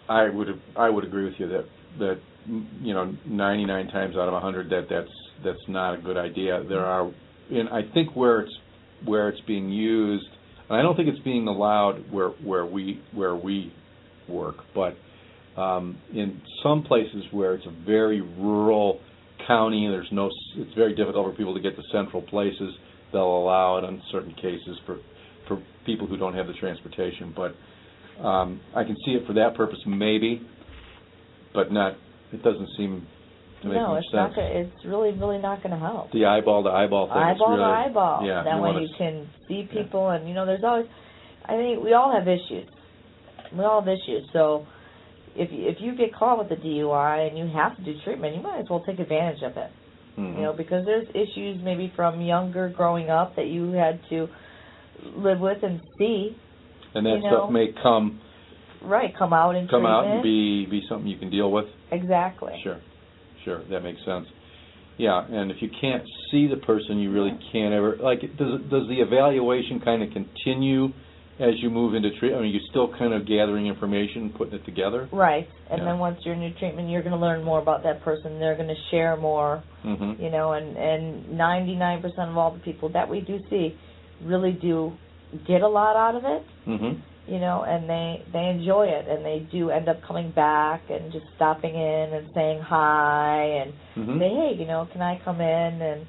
S2: I would I would agree with you that that you know 99 times out of 100 that that's that's not a good idea. There are and I think where it's where it's being used, and I don't think it's being allowed where where we where we work, but um, in some places where it's a very rural county, there's no s- it's very difficult for people to get to central places. They'll allow it on certain cases for for people who don't have the transportation, but um, I can see it for that purpose maybe, but not. It doesn't seem to make
S3: no,
S2: much
S3: it's
S2: sense.
S3: not going to, it's really, really not going to help.
S2: the eyeball to eyeball thing. is
S3: eyeball
S2: really,
S3: to eyeball.
S2: Yeah,
S3: that
S2: you
S3: way
S2: wanna
S3: you
S2: s-
S3: can see people and, you know, there's always, I think we all have issues. We all have issues. So if, you- if you get caught with a DUI and you have to do treatment, you might as well take advantage of it.
S2: mhm.
S3: You know, because there's issues maybe from younger growing up that you had to live with and see,
S2: and that
S3: you
S2: stuff
S3: know,
S2: may come
S3: right, come out in
S2: come
S3: treatment.
S2: out and be be something you can deal with.
S3: Exactly.
S2: Sure, sure, that makes sense. Yeah, and if you can't see the person, you really can't ever like. it- Does it- does the evaluation kind of continue as you move into treatment? I mean, you're still kind of gathering information, putting it together.
S3: Right. And
S2: Yeah.
S3: then once you're in your treatment, you're going to learn more about that person. They're going to share more,
S2: hmm
S3: you know, and, and 99% of all the people that we do see really do get a lot out of it,
S2: hmm
S3: you know, and they, they enjoy it and they do end up coming back and just stopping in and saying hi and
S2: hmm
S3: say, hey, you know, can I come in and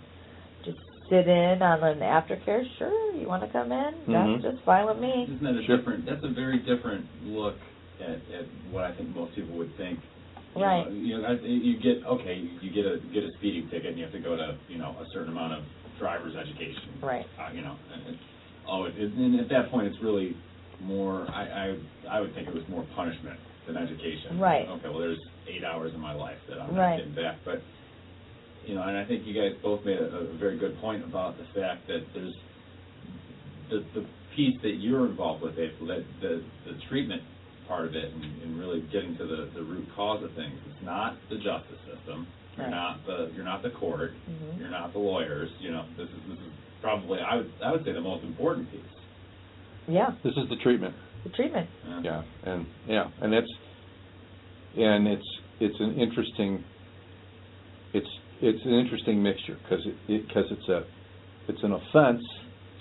S3: just sit in on an aftercare? Sure. You want to come in?
S2: Mhm.
S3: That's just fine with me.
S1: Isn't that a
S2: Sure.
S1: different? That's a very different look at, at what I think most people would think. You
S3: Right.
S1: Know, you, know, I, you get okay. You get a get a speeding ticket, and you have to go to you know a certain amount of driver's education.
S3: Right.
S1: Uh, you know, and it's, oh, it, it, and at that point, it's really more. I, I I would think it was more punishment than education.
S3: Right.
S1: Okay. Well, there's eight hours of my life that I'm not
S4: Right.
S1: getting back. But you know, and I think you guys both made a, a very good point about the fact that there's the the piece that you're involved with, April, that the the treatment part of it, and, and really getting to the the root cause of things. It's not the justice system. You're
S4: Right.
S1: not the you're not the court.
S2: Mm-hmm.
S4: hmm
S1: You're not the lawyers. You know, this is this is probably I would I would say the most important piece.
S4: Yeah,
S2: This is the treatment.
S4: the treatment.
S1: Yeah.
S2: Yeah, and yeah, and that's and it's it's an interesting it's it's an interesting mixture because it because it's a it's an offense.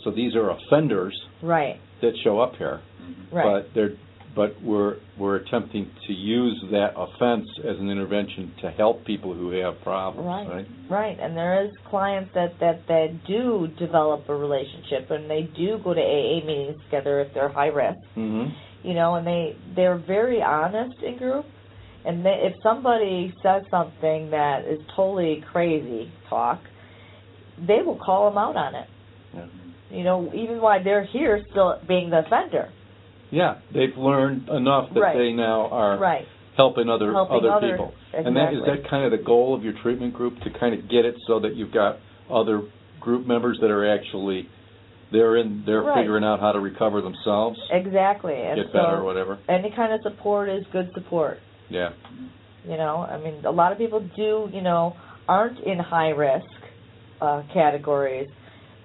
S2: So these are offenders
S4: Right,
S2: that show up here,
S1: Mhm.
S4: right.
S2: but they're but we're we're attempting to use that offense as an intervention to help people who have problems.
S4: Right.
S2: right?
S4: Right, and there is clients that that that do develop a relationship, and they do go to AA meetings together if they're high risk,
S2: Mm-hmm.
S4: you know, and they they're very honest in group, and they, if somebody says something that is totally crazy talk, they will call them out on it.
S2: Yeah.
S4: You know, even while they're here, still being the offender.
S2: Yeah, they've learned enough that
S4: Right.
S2: they now are
S4: Right,
S2: helping other
S4: helping
S2: other
S4: other
S2: people.
S4: Exactly.
S2: And that is that kind of the goal of your treatment group to kind of get it so that you've got other group members that are actually they're in they're
S4: Right.
S2: figuring out how to recover themselves,
S4: exactly, and
S2: get
S4: so
S2: better or whatever.
S4: any kind of support is good support.
S2: Yeah.
S4: You know, I mean, a lot of people do, you know, aren't in high risk uh, categories,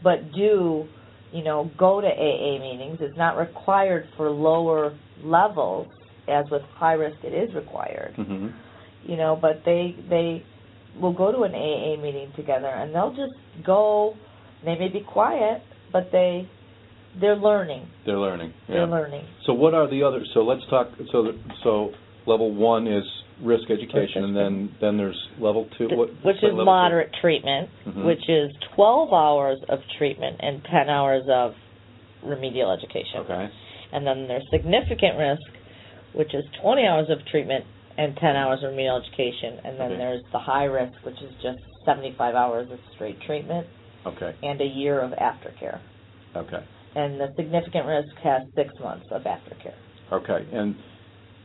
S4: but do, you know, go to AA meetings. It's not required for lower levels, as with high risk, it is required.
S2: hmm
S4: You know, but they they will go to an AA meeting together, and they'll just go. They may be quiet, but they they're learning.
S2: They're learning.
S4: They're
S2: Yeah.
S4: learning.
S2: so what are the other? So let's talk. So the, so level one is risk education, and then then there's level two. What,
S3: which is moderate treatment,
S2: Mhm.
S3: which is 12 hours of treatment and 10 hours of remedial education.
S2: Okay.
S3: And then there's significant risk, which is 20 hours of treatment and 10 hours of remedial education. And then
S2: Okay.
S3: there's the high risk, which is just 75 hours of straight treatment
S2: Okay.
S3: and a year of aftercare.
S2: Okay.
S3: And the significant risk has six months of aftercare.
S2: Okay, and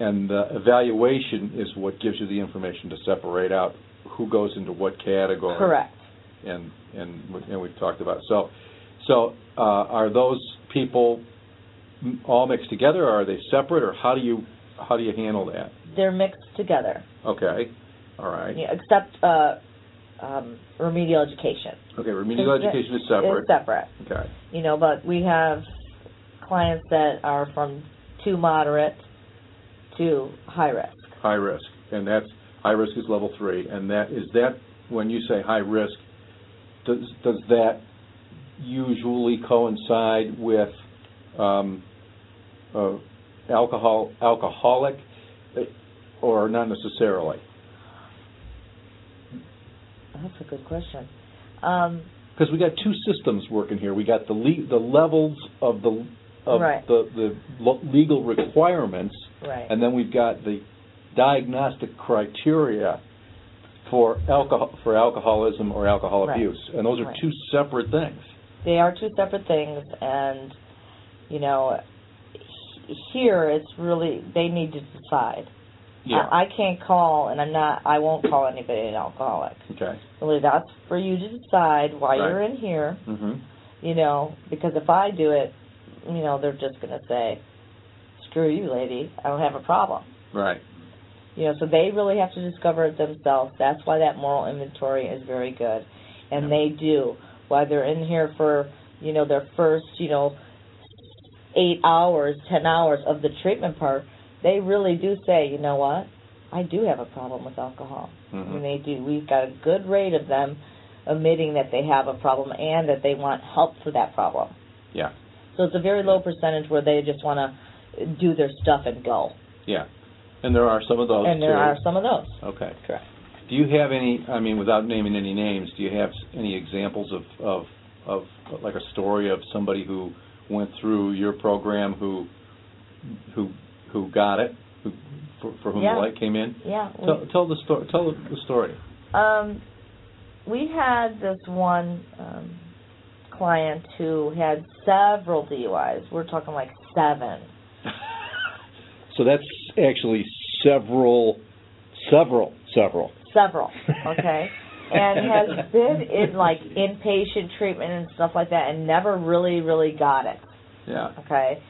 S2: and the evaluation is what gives you the information to separate out who goes into what category.
S3: Correct.
S2: And and we- and we've talked about so so uh, are those people m- all mixed together? Or are they separate, or how do you how do you handle that?
S3: They're mixed together,
S2: Okay, all right.
S3: you know, except uh, um, remedial education.
S2: Okay, remedial
S3: Is that-
S2: education is separate.
S3: It's separate.
S2: okay,
S3: you know, but we have clients that are from too moderate to high risk.
S2: high risk, and that's high risk is level three, and that is that when you say high risk, does does that usually coincide with um, uh, alcohol alcoholic, eh, or not necessarily?
S3: That's a good question. Um,
S2: Because we got two systems working here. We got the le- the levels of the of
S3: Right.
S2: the the lo- legal requirements,
S3: right.
S2: and then we've got the diagnostic criteria for alcohol for alcoholism or alcohol
S3: Right.
S2: abuse, and those are
S3: Right.
S2: two separate things.
S3: They are two separate things, and you know, h- here it's really they need to decide. I, I can't call, and I'm not. I won't call anybody an alcoholic.
S2: okay.
S3: Really, that's for you to decide while
S2: Right.
S3: you're in here.
S2: Mm-hmm.
S3: You know, because if I do it, you know, they're just gonna say, "Screw you, lady. I don't have a problem."
S2: Right.
S3: You know, so they really have to discover it themselves. That's why that moral inventory is very good. And they do. While they're in here for, you know, their first, you know, eight hours, ten hours of the treatment part, they really do say, you know what? I do have a problem with alcohol.
S2: Mhm.
S3: And they do. We've got a good rate of them admitting that they have a problem and that they want help for that problem.
S2: Yeah.
S3: So it's a very low percentage where they just want to do their stuff and go.
S2: Yeah. And there are some of those
S3: and there
S2: too.
S3: are some of those.
S2: Okay.
S3: Correct.
S2: Do you have any? I mean, without naming any names, do you have s- any examples of of of like a story of somebody who went through your program who who who got it, who for, for whom
S3: Yeah.
S2: the light came in?
S3: Yeah. we-
S2: Tell, tell the story. Tell the story.
S3: Um, we had this one um, client who had several DUIs. We're talking like seven.
S2: So that's actually several
S5: Several, several.
S3: several, okay? and has been in like inpatient treatment and stuff like that and never really, really got it,
S2: Yeah.
S3: okay?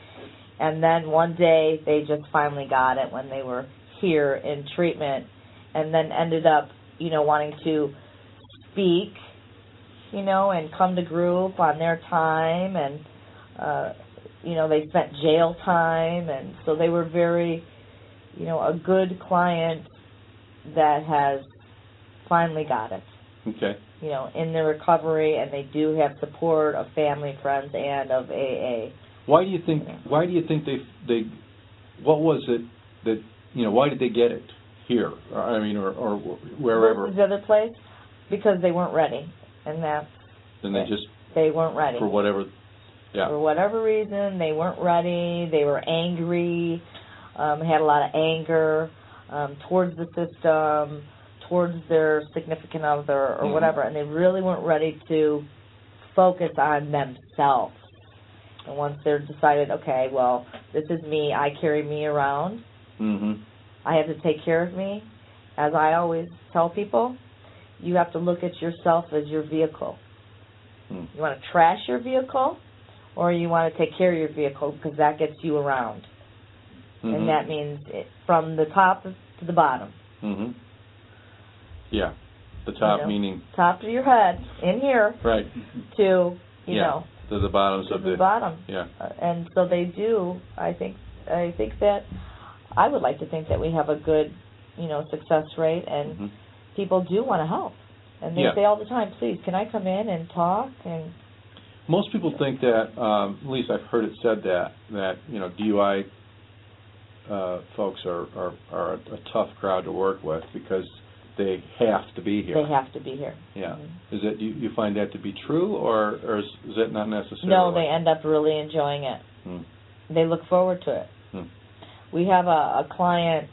S3: And then one day they just finally got it when they were here in treatment and then ended up, you know, wanting to speak, you know, and come to group on their time and uh you know, they spent jail time and so they were very you know, a good client that has finally got it
S2: Okay.
S3: you know, in the recovery, and they do have support of family, friends, and of AA.
S2: Why do you think? Why do you think they they? What was it that you know? Why did they get it here? Or, I mean, or or wherever?
S3: Versus the other place, because they weren't ready, and that
S2: And they just
S3: they weren't ready
S2: for whatever. Yeah.
S3: for whatever reason. They weren't ready. They were angry. Um, had a lot of anger um, towards the system, towards their significant other, or
S2: Mhm.
S3: whatever, and they really weren't ready to focus on themselves. And once they're decided, okay, well, this is me. I carry me around.
S2: Mm-hmm.
S3: I have to take care of me. As I always tell people, you have to look at yourself as your vehicle.
S2: Hmm.
S3: You want to trash your vehicle, or you want to take care of your vehicle because that gets you around,
S2: Mm-hmm.
S3: and that means it, from the top to the bottom,
S2: hmm Yeah. The top
S3: You know?
S2: meaning
S3: top of your head in here
S2: right
S1: mm-hmm.
S3: to you
S2: Yeah,
S3: know
S2: to the bottoms
S3: to
S2: of
S3: the
S2: the
S3: bottom.
S2: yeah.
S3: Uh, and so they do. I think I think that I would like to think that we have a good you know success rate and.
S2: Mhm.
S3: people do want to help. And they
S2: Yeah.
S3: say all the time, please, can I come in and talk? And
S2: Most people think that, um, at least I've heard it said that that you know DUI uh, folks are, are are a tough crowd to work with because they have to be here.
S3: they have to be here.
S2: Yeah,
S3: Mhm.
S2: is that you, you find that to be true, or or is, is that not necessarily?
S3: No, they end up really enjoying it.
S2: Hmm.
S3: They look forward to it.
S2: Hmm.
S3: We have a, a client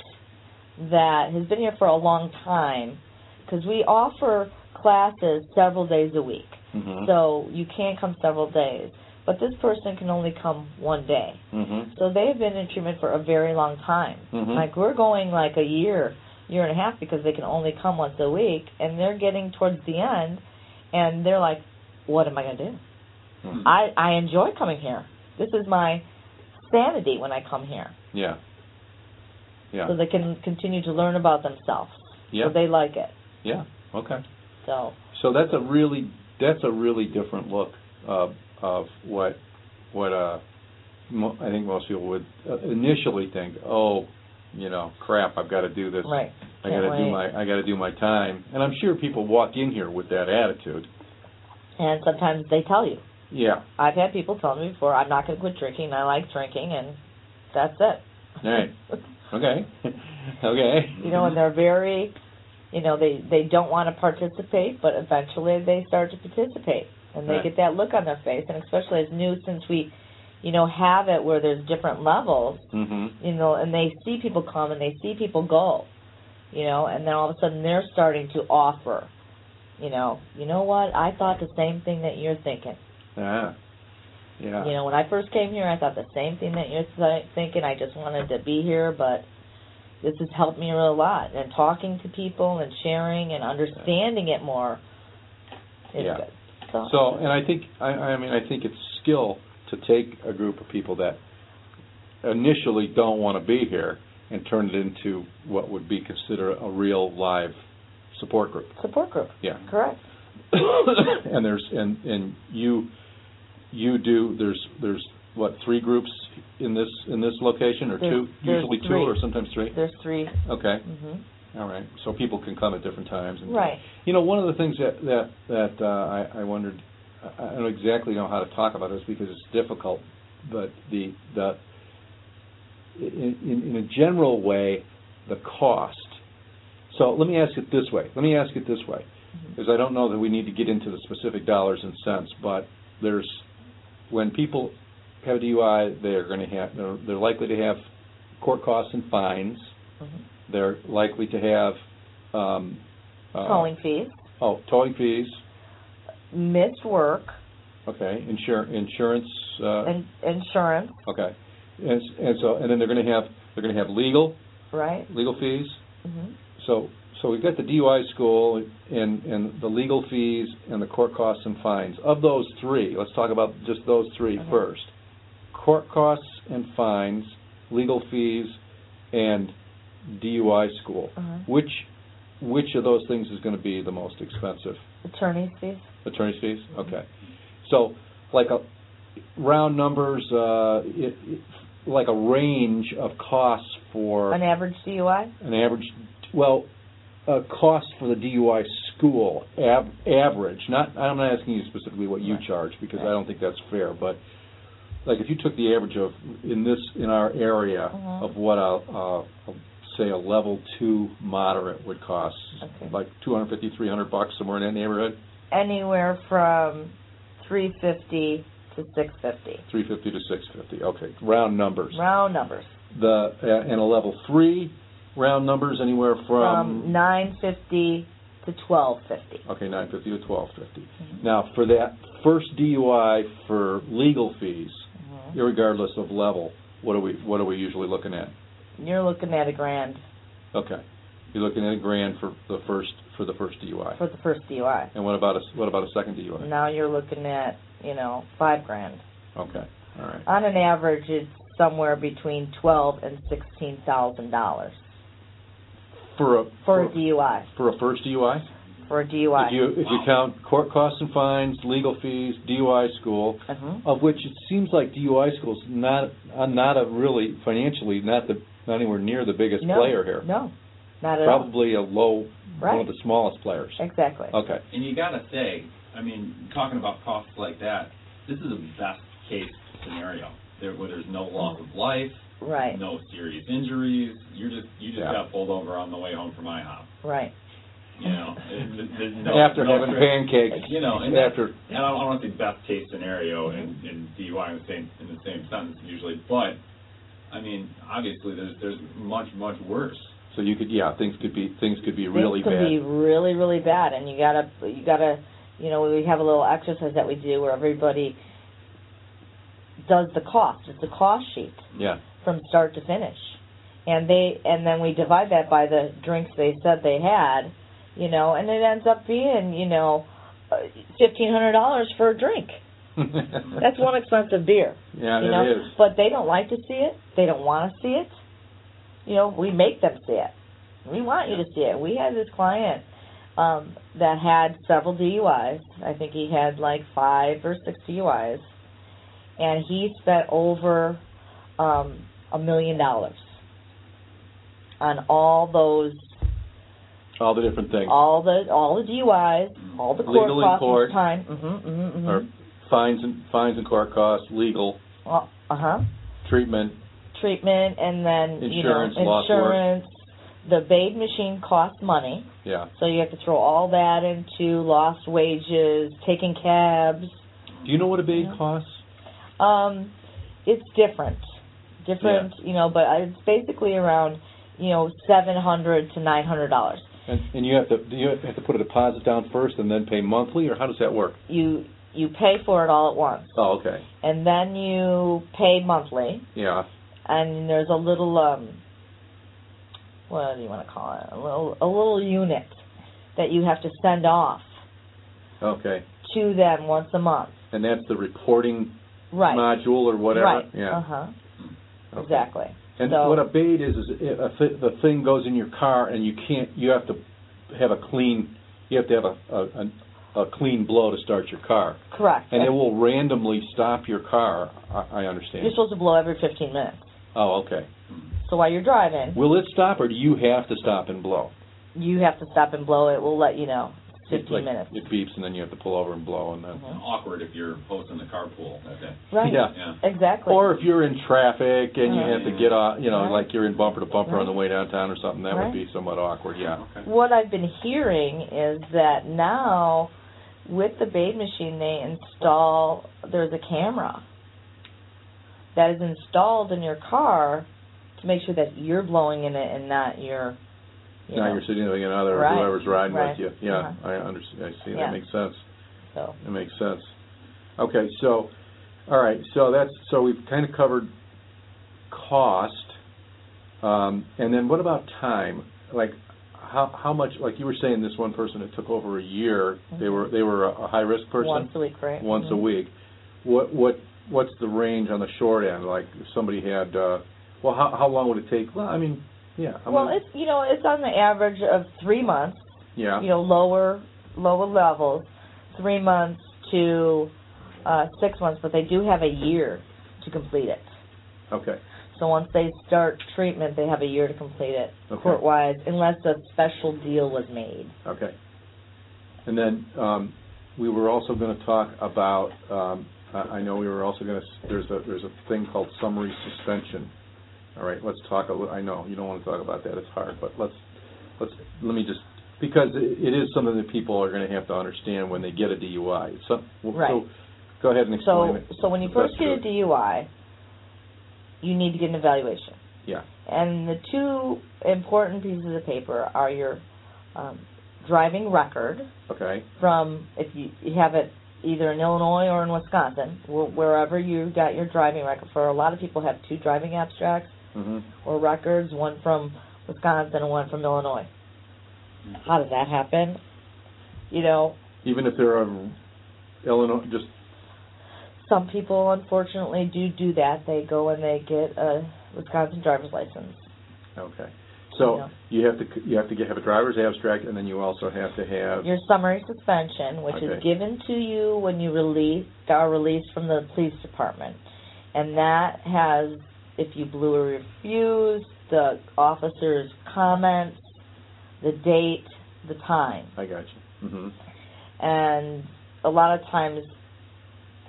S3: that has been here for a long time because we offer classes several days a week.
S2: Mhm.
S3: So you can come several days, but this person can only come one day.
S2: Mhm.
S3: So they've been in treatment for a very long time.
S2: Mhm.
S3: Like we're going like a year, year and a half because they can only come once a week, and they're getting towards the end, and they're like, "What am I gonna do?
S2: Mhm.
S3: I I enjoy coming here. This is my sanity when I come here."
S2: Yeah. Yeah.
S3: So they can continue to learn about themselves.
S2: Yeah.
S3: So they like it.
S2: Yeah. Okay.
S3: So
S2: So that's a really that's a really different look uh, of what what uh, mo- I think most people would uh, initially think. Oh, you know, crap! I've got to do this.
S3: right.
S2: I got to do
S3: Can't
S2: my I got to do my time. And I'm sure people walk in here with that attitude.
S3: And sometimes they tell you.
S2: Yeah.
S3: I've had people tell me before, "I'm not gonna quit drinking. I like drinking, and that's it."
S2: All right. Okay. okay.
S3: you know, and they're very, you know, they they don't want to participate, but eventually they start to participate, and they
S2: Right.
S3: get that look on their face, and especially as new since we, you know, have it where there's different levels,
S2: hmm
S3: you know, and they see people come and they see people go, you know, and then all of a sudden they're starting to offer, you know, you know what? I thought the same thing that you're thinking.
S2: Yeah. Ah. Yeah.
S3: You know, when I first came here, I thought the same thing that you're th- thinking. I just wanted to be here, but this has helped me a lot. And talking to people and sharing and understanding it more is
S2: Yeah.
S3: good. So,
S2: So, and I think, I, I mean, I think it's skill to take a group of people that initially don't want to be here and turn it into what would be considered a real live support group.
S3: support group,
S2: Yeah.
S3: correct?
S2: and there's and and you you do there's there's what three groups in this in this location or
S3: There's-
S2: two
S3: there's
S2: usually two
S3: three.
S2: or sometimes three.
S3: There's 3
S2: Okay.
S3: Mm-hmm.
S2: All right. So people can come at different times. And
S3: Right.
S2: You know, one of the things that that that uh, I, I wondered, I I don't exactly know how to talk about this because it's difficult, but the the in, in, in a general way, the cost. So let me ask it this way. Let me ask it this way,
S3: Mm-hmm.
S2: because I don't know that we need to get into the specific dollars and cents, but there's when people have a DUI, they're going to have they're, they're likely to have court costs and fines.
S3: Mhm.
S2: They're likely to have um, uh,
S3: Tolling fees,
S2: Oh, towing fees.
S3: missed work,
S2: Okay, insur- insurance. Uh,
S3: and insurance,
S2: okay, and, s- and so and then they're going to have they're going to have legal
S3: right?
S2: legal fees.
S3: hmm
S2: So, so we've got the DUI school and, and the legal fees and the court costs and fines. Of those three, let's talk about just those three
S3: Okay.
S2: first. Court costs and fines, legal fees, and DUI school.
S3: Uh-huh.
S2: Which, which of those things is gonna be the most expensive?
S3: Attorney's fees?
S2: Attorney's fees? Okay. So, like a, round numbers, uh, it, it- like a range of costs for
S3: An average DUI?
S2: an average, well, a cost for the DUI school, av- average, not, I'm not asking you specifically what you
S3: Right.
S2: charge, because I
S3: Right.
S2: don't think that's fair, but, like, if you took the average of, in this, in our area,
S3: Mhm.
S2: of what a, a, a- say, a level two moderate would cost,
S3: Okay.
S2: like two hundred fifty, three hundred bucks, somewhere in that neighborhood,
S3: Anywhere from three fifty to six fifty.
S2: three fifty to six fifty, okay, round numbers.
S3: Round numbers.
S2: The, a- and a level three, round numbers, anywhere
S3: From nine fifty to twelve fifty.
S2: Okay, nine fifty to twelve fifty. Now, for that first DUI for legal fees, Mm-hmm. irregardless of level, what are we, what are we usually looking at?
S3: You're looking at a grand
S2: Okay, you're looking at a grand for the first, for the first DUI.
S3: for the first DUI.
S2: And what about a, what about a second DUI?
S3: Now you're looking at, you know, five grand.
S2: Okay, all right,
S3: On an average, it's somewhere between twelve and sixteen thousand dollars
S2: for a,
S3: for a DUI.
S2: for a first DUI?
S3: For a
S2: If
S3: DUI.
S2: you, if you count court costs and fines, legal fees, DUI school,
S3: Mhm.
S2: of which it seems like DUI school's not, uh, not a really, financially, not the, not anywhere near the biggest
S3: No,
S2: player here.
S3: No, not at all.
S2: Probably Oh. a low, one
S3: Right.
S2: of the smallest players.
S3: Exactly.
S2: Okay,
S1: And you gotta say, I mean, talking about costs like that, this is a best case scenario. There, where there's no loss of life,
S3: Right.
S1: no serious injuries. You just you just
S2: Yeah.
S1: got pulled over on the way home from IHOP.
S3: Right.
S1: You know, It- it- there's no-
S2: after
S1: no
S2: having
S1: trip.
S2: pancakes,
S1: You know, and that-
S2: after,
S1: and I don't, I don't want to say best case scenario and, and DUI in the same in the same sentence usually, but I mean, obviously there's there's much much worse.
S2: so you could, yeah, things could be, things could be really
S3: Things could be
S2: bad.
S3: really, really bad, and you gotta, you gotta, you know, we have a little exercise that we do where everybody does the cost. It's a cost sheet
S2: Yeah,
S3: from start to finish, and they, and then we divide that by the drinks they said they had, you know, and it ends up being, you know, uh, fifteen hundred dollars for a drink. That's one expensive beer.
S2: Yeah,
S3: you know,
S2: it is,
S3: but they don't like to see it. They don't want to see it. You know, we make them see it. We want you to see it. We had this client um, that had several DUIs. I think he had like five or six DUIs, and he spent over um, a million dollars on all those,
S2: all the different things,
S3: all the, all the DUIs, all the court
S2: Legal in
S3: costs,
S2: court.
S3: time. Mm-hmm, mm-hmm,
S2: or fines and, fines and court costs, legal,
S3: Uh huh.
S2: treatment,
S3: treatment and then you know
S2: Insurance, lost work.
S3: insurance. The Bade machine costs money,
S2: yeah.
S3: so you have to throw all that into lost wages, taking cabs.
S2: Do you know what a big
S3: Yeah.
S2: costs?
S3: Um, it's different, different, you know, but it's basically around you know seven hundred to nine hundred dollars.
S2: And, and you have to, do you have to put a deposit down first and then pay monthly, or how does that work?
S3: You you pay for it all at once,
S2: Oh, okay,
S3: and then you pay monthly,
S2: yeah,
S3: and there's a little um, what do you want to call it? A little a little unit that you have to send off
S2: okay.
S3: to them once a month.
S2: And that's the reporting
S3: Right.
S2: module or whatever?
S3: Right.
S2: Yeah.
S3: Uh huh.
S2: Okay.
S3: Exactly.
S2: And
S3: So-
S2: what a bait is, is it, a th- the thing goes in your car and you can't, you have to have a clean, you have to have a, a, a, a clean blow to start your car.
S3: Correct.
S2: And it will randomly stop your car, I, I understand.
S3: You're supposed to blow every 15 minutes.
S2: Oh, okay.
S3: So while you're driving,
S2: Will it stop or do you have to stop and blow?
S3: you have to stop and blow. It will let you know. 15
S2: It's like
S3: minutes.
S2: It beeps and then you have to pull over and blow and then.
S1: Awkward if you're posting the carpool that day.
S3: Right.
S2: Yeah.
S1: Yeah.
S3: Exactly.
S2: Or if you're in traffic and you
S3: Right.
S2: have to get off, you know,
S3: Uh-huh. Right.
S2: like you're in bumper to bumper on the way downtown or something, that would
S3: Right.
S2: be somewhat awkward, yeah.
S1: Okay.
S3: what I've been hearing is that now with the Bade machine, they install there's a camera that is installed in your car to make sure that you're blowing in it and not your. You
S2: Now
S3: know,
S2: you're sitting with another,
S3: Right.
S2: whoever's riding
S3: Right.
S2: with you, yeah,
S3: Uh-huh.
S2: I understand, I see,
S3: Yeah.
S2: that makes sense.
S3: so.
S2: That makes sense. Okay, so, all right, so that's, so we've kind of covered cost. Um, and then what about time? Like, how how much like you were saying this one person it took over a year they were they were a, a high risk person
S3: Mm-hmm. once a week, right?
S2: once a
S3: Mhm.
S2: week. What what what's the range on the short end? Like if somebody had, uh, well, how how long would it take? Well, I mean, yeah, I'm
S3: Well,
S2: gonna-
S3: it's you know it's on the average of three months.
S2: yeah,
S3: You know, lower lower levels, three months to uh, six months, but they do have a year to complete it.
S2: okay,
S3: So once they start treatment, they have a year to complete it
S2: Okay.
S3: court wise, unless a special deal was made.
S2: okay. And then um, we were also going to talk about. Um, I I know we were also going to. There's a there's a thing called summary suspension. All right, let's talk. A li- I know you don't want to talk about that. It's hard, but let's let's let me just because it, it is something that people are going to have to understand when they get a DUI. So,
S3: Right.
S2: so go ahead and explain
S3: So
S2: it.
S3: so when you
S2: the
S3: first
S2: best
S3: get a
S2: way.
S3: DUI, you need to get an evaluation.
S2: Yeah.
S3: And the two important pieces of paper are your um, driving record
S2: Okay.
S3: from if you you have it either in Illinois or in Wisconsin, wh- wherever you got your driving record. For a lot of people have two driving abstracts
S2: hmm
S3: or records, one from Wisconsin and one from Illinois. How did that happen? You know,
S2: Even if they're a Illinois, just
S3: some people unfortunately do do that. They go and they get a Wisconsin driver's license.
S2: okay. So
S3: Yeah.
S2: you have to you have to get, have a driver's abstract, and then you also have to have
S3: Your summary suspension, which
S2: Okay.
S3: is given to you when you release are released from the police department, and that has if you blew or refused, the officer's comments, the date, the time,
S2: I got you. hmm
S3: and a lot of times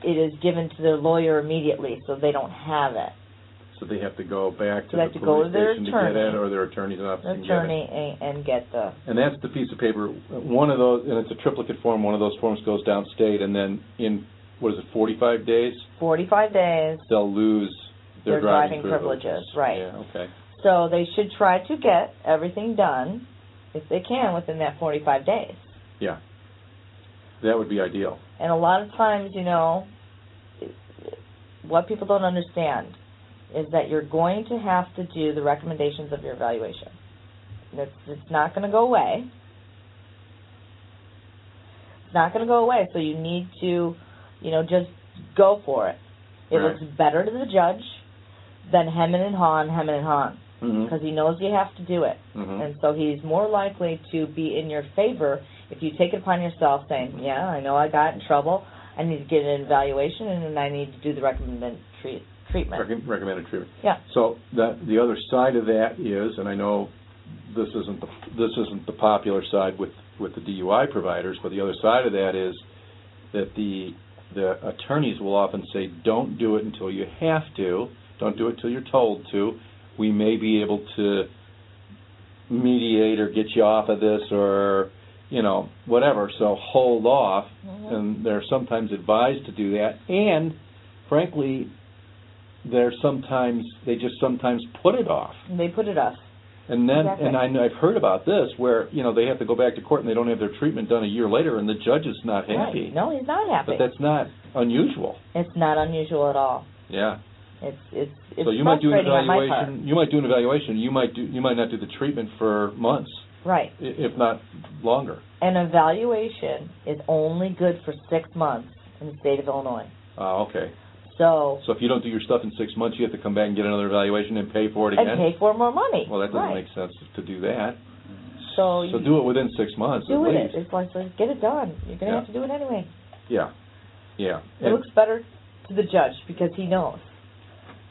S3: it is given to their lawyer immediately, so they don't have it.
S2: So they have to go back to
S3: They
S2: the
S3: have to go
S2: police
S3: to their
S2: station to get it,
S3: attorney.
S2: or their attorney's office
S3: The
S2: and get it.
S3: attorney and, and get the
S2: And that's the piece of paper. One of those, and it's a triplicate form. One of those forms goes downstate, and then in what is it, 45 days,
S3: 45 days.
S2: they'll lose their,
S3: Their
S2: driving,
S3: driving privileges, right.
S2: Yeah. Okay.
S3: So they should try to get everything done, if they can, within that 45 days.
S2: Yeah. That would be ideal.
S3: And a lot of times, you know, what people don't understand is that you're going to have to do the recommendations of your evaluation. It's, it's not going to go away. It's not going to go away, so you need to, you know, just go for it. It
S2: Right.
S3: looks better to the judge than hemming and hawing, hemming and hawing, because
S2: Mm-hmm.
S3: he knows you have to do it.
S2: hmm
S3: And so he's more likely to be in your favor if you take it upon yourself saying, yeah, I know I got in trouble. I need to get an evaluation and then I need to do the recommended treat- treatment.
S2: Recom- recommended treatment.
S3: Yeah.
S2: So the the other side of that is, and I know this isn't the, this isn't the popular side with with the DUI providers, but the other side of that is that the the attorneys will often say, "Don't do it until you have to. Don't do it till you're told to. We may be able to mediate or get you off of this or you know whatever. So hold off."
S3: Mhm.
S2: and they're sometimes advised to do that. And frankly, they're sometimes they just sometimes put it off.
S3: And they put it up.
S2: And then,
S3: Exactly.
S2: and I, know- I've heard about this where you know they have to go back to court and they don't have their treatment done a year later, and the judge is not happy.
S3: Right. No, he's not
S2: But
S3: happy.
S2: that's not unusual.
S3: It's not unusual at all.
S2: Yeah.
S3: It's it's it's
S2: so you might do an
S3: frustrating on my part.
S2: evaluation. You might do an evaluation. You might do. You might not do the treatment for months,
S3: Right.
S2: i- if not longer.
S3: An evaluation is only good for six months in the state of Illinois.
S2: Uh, okay.
S3: So
S2: So if you don't do your stuff in six months, you have to come back and get another evaluation and pay for it again.
S3: and pay for more money.
S2: Well, that doesn't
S3: right.
S2: make sense to do that.
S3: so
S2: So
S3: you,
S2: do it within six months at
S3: do it.
S2: least.
S3: It's like, like get it done. You're gonna
S2: Yeah.
S3: have to do it anyway.
S2: Yeah, yeah.
S3: It looks better to the judge because he knows.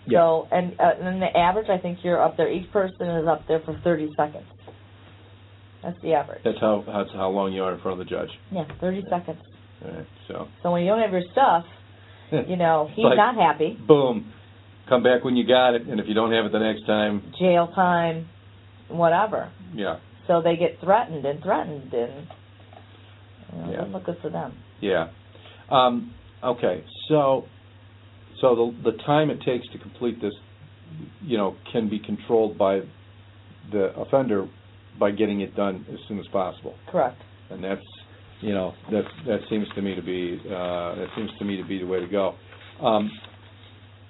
S3: So and uh, and then the average, I think you're up there. Each person is up there for 30 seconds. That's the average.
S2: That's how that's how long you are in front of the judge.
S3: Yeah, 30 seconds.
S2: All right, so
S3: So when you don't have your stuff, you know he's
S2: Like-
S3: not happy.
S2: boom, come back when you got it, and if you don't have it the next time,
S3: Jail time, whatever.
S2: yeah,
S3: So they get threatened and threatened and. You know,
S2: Yeah.
S3: Doesn't look good for them.
S2: yeah. Um, okay, so so the the time it takes to complete this, you know, can be controlled by the offender by getting it done as soon as possible.
S3: Correct.
S2: and that's you know that that seems to me to be uh, that seems to me to be the way to go. Um,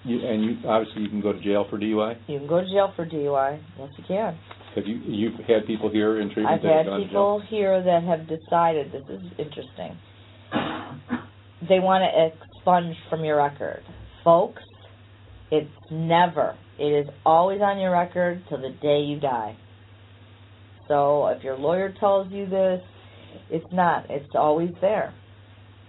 S2: You, and you obviously you can go to jail for DUI.
S3: You can go to jail for DUI. Yes, you can.
S2: Have you you've had people here in treatment
S3: I've
S2: that have
S3: had
S2: gone to jail?
S3: people here that have decided this is interesting. They want to expunge from your record, folks. It's never. It is always on your record till the day you die. So if your lawyer tells you this, it's not. It's always there.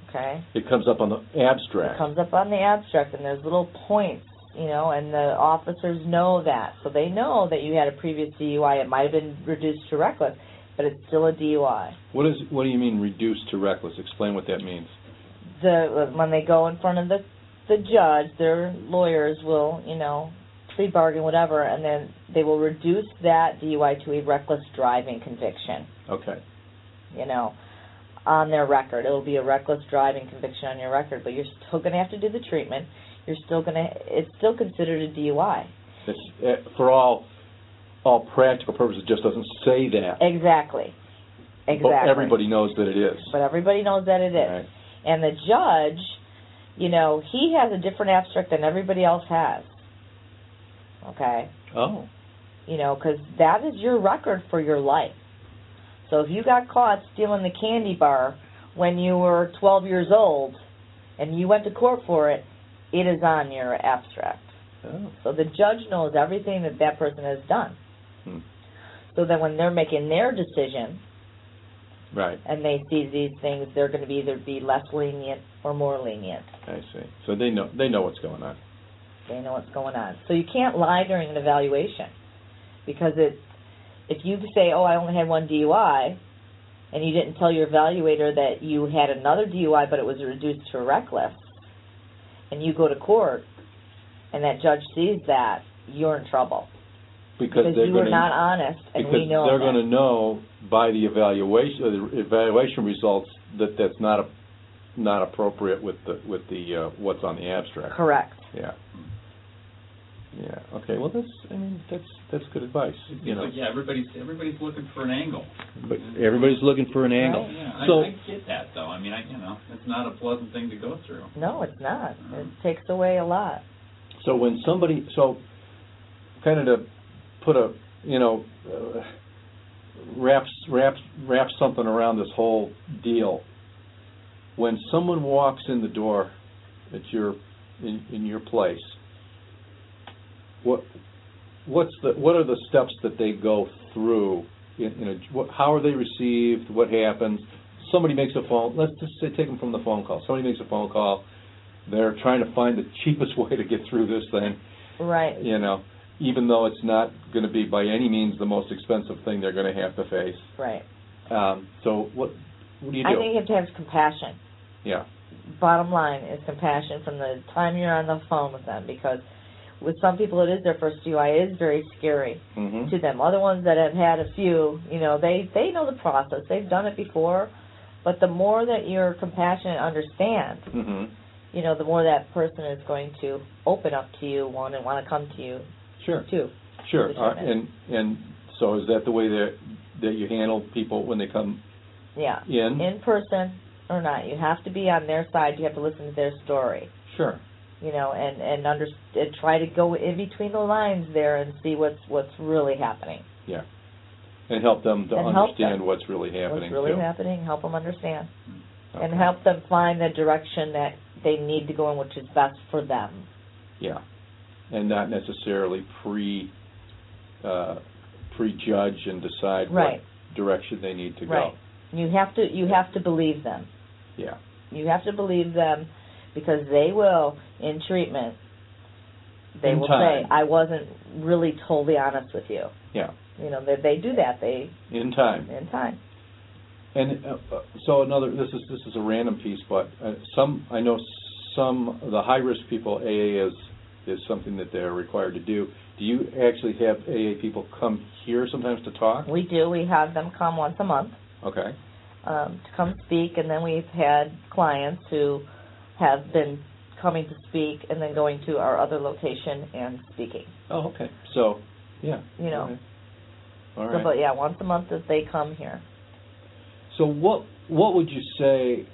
S3: Okay.
S2: It comes up on the abstract.
S3: It comes up on the abstract, and there's little points, you know, and the officers know that. So they know that you had a previous DUI. It might have been reduced to reckless, but it's still a DUI.
S2: What is what do you mean reduced to reckless? Explain what that means.
S3: The When they go in front of the, the judge, their lawyers will, you know, plea bargain, whatever, and then they will reduce that DUI to a reckless driving conviction,
S2: Okay.
S3: you know. On their record, it'll be a reckless driving conviction on your record, but you're still going to have to do the treatment. You're still going to, it's still considered a DUI.
S2: That's, uh, for all all practical purposes, it just doesn't say that.
S3: Exactly. E-, Exactly.
S2: But everybody knows that it is.
S3: But everybody knows that it is.
S2: Right.
S3: And the judge, you know, he has a different abstract than everybody else has. Okay?
S2: Oh.
S3: You know, because that is your record for your life. So if you got caught stealing the candy bar when you were 12 years old and you went to court for it, it is on your abstract.
S2: Oh.
S3: So the judge knows everything that that person has done.
S2: Hmm.
S3: So that when they're making their decision,
S2: Right.
S3: and they see these things, they're going to be either be less lenient or more lenient.
S2: I see. So they know they know what's going on.
S3: They know what's going on. So you can't lie during an evaluation because it, if you say, "Oh, I only had one DUI," and you didn't tell your evaluator that you had another DUI but it was reduced to reckless, and you go to court, and that judge sees that, you're in trouble
S2: Because,
S3: because
S2: they're
S3: you
S2: going
S3: were
S2: to
S3: not honest, and
S2: because
S3: we know
S2: they're
S3: that.
S2: going to know by the evaluation the evaluation results that that's not a not appropriate with the with the uh, what's on the abstract.
S3: Correct.
S2: Yeah. Yeah. Okay. Well, that's I mean that's that's good advice.
S1: It
S2: You
S1: seems
S2: know,
S1: like, yeah, everybody's, everybody's looking for an angle.
S2: but everybody's looking for an angle.
S1: Yeah, I,
S2: So-
S1: I get that though. I mean, I, you know, it's not a pleasant thing to go through.
S3: No, it's not. It takes away a lot.
S2: So when somebody so kind of to put a you know uh, wraps wraps wraps something around this whole deal. When someone walks in the door at your in, in your place, what what's the what are the steps that they go through? In, in a, what, how are they received? What happens? Somebody makes a phone. Let's just say take them from the phone call. Somebody makes a phone call. They're trying to find the cheapest way to get through this thing
S3: Right.
S2: you know, even though it's not going to be by any means the most expensive thing they're going to have to face.
S3: Right.
S2: Um, so what what do you do?
S3: I think you have to have compassion.
S2: yeah,
S3: Bottom line is compassion from the time you're on the phone with them because with some people it is their first DUI it is very scary
S2: hmm
S3: to them. Other ones that have had a few, you know, they they know the process. They've done it before. But the more that you're compassionate and understand,
S2: hmm
S3: you know, the more that person is going to open up to you, one and want to come to you
S2: sure,
S3: too.
S2: sure.
S3: Which
S2: Uh,
S3: one
S2: and and so is that the way that that you handle people when they come
S3: Yeah.
S2: in?
S3: In person or not, you have to be on their side. You have to listen to their story.
S2: Sure.
S3: you know, and and under and try to go in between the lines there and see what's what's really happening,
S2: And help them to
S3: And help
S2: understand
S3: them.
S2: what's really happening
S3: what's really
S2: too.
S3: happening. Help them understand and
S2: Okay.
S3: help them find the direction that they need to go in, which is best for them.
S2: Yeah, and not necessarily pre uh, prejudge and decide
S3: Right,
S2: what direction they need to
S3: right. You have to you have to believe them.
S2: go. Yeah.
S3: You have to believe them because they will in treatment. They
S2: In
S3: will
S2: time.
S3: say, "I wasn't really totally honest with you."
S2: Yeah.
S3: You know, they they do that. They
S2: In time.
S3: in time.
S2: And uh, uh, so another, this is this is a random piece, but uh, some I know some the high risk people AA is is something that they're required to do. Do you actually have AA people come here sometimes to talk?
S3: We do. We have them come once a month.
S2: Okay,
S3: um, to come speak, and then we've had clients who have been coming to speak and then going to our other location and speaking.
S2: oh okay, so yeah,
S3: You know.
S2: all right. All
S3: So,
S2: right.
S3: but yeah, once a month that they come here.
S2: So what what would you say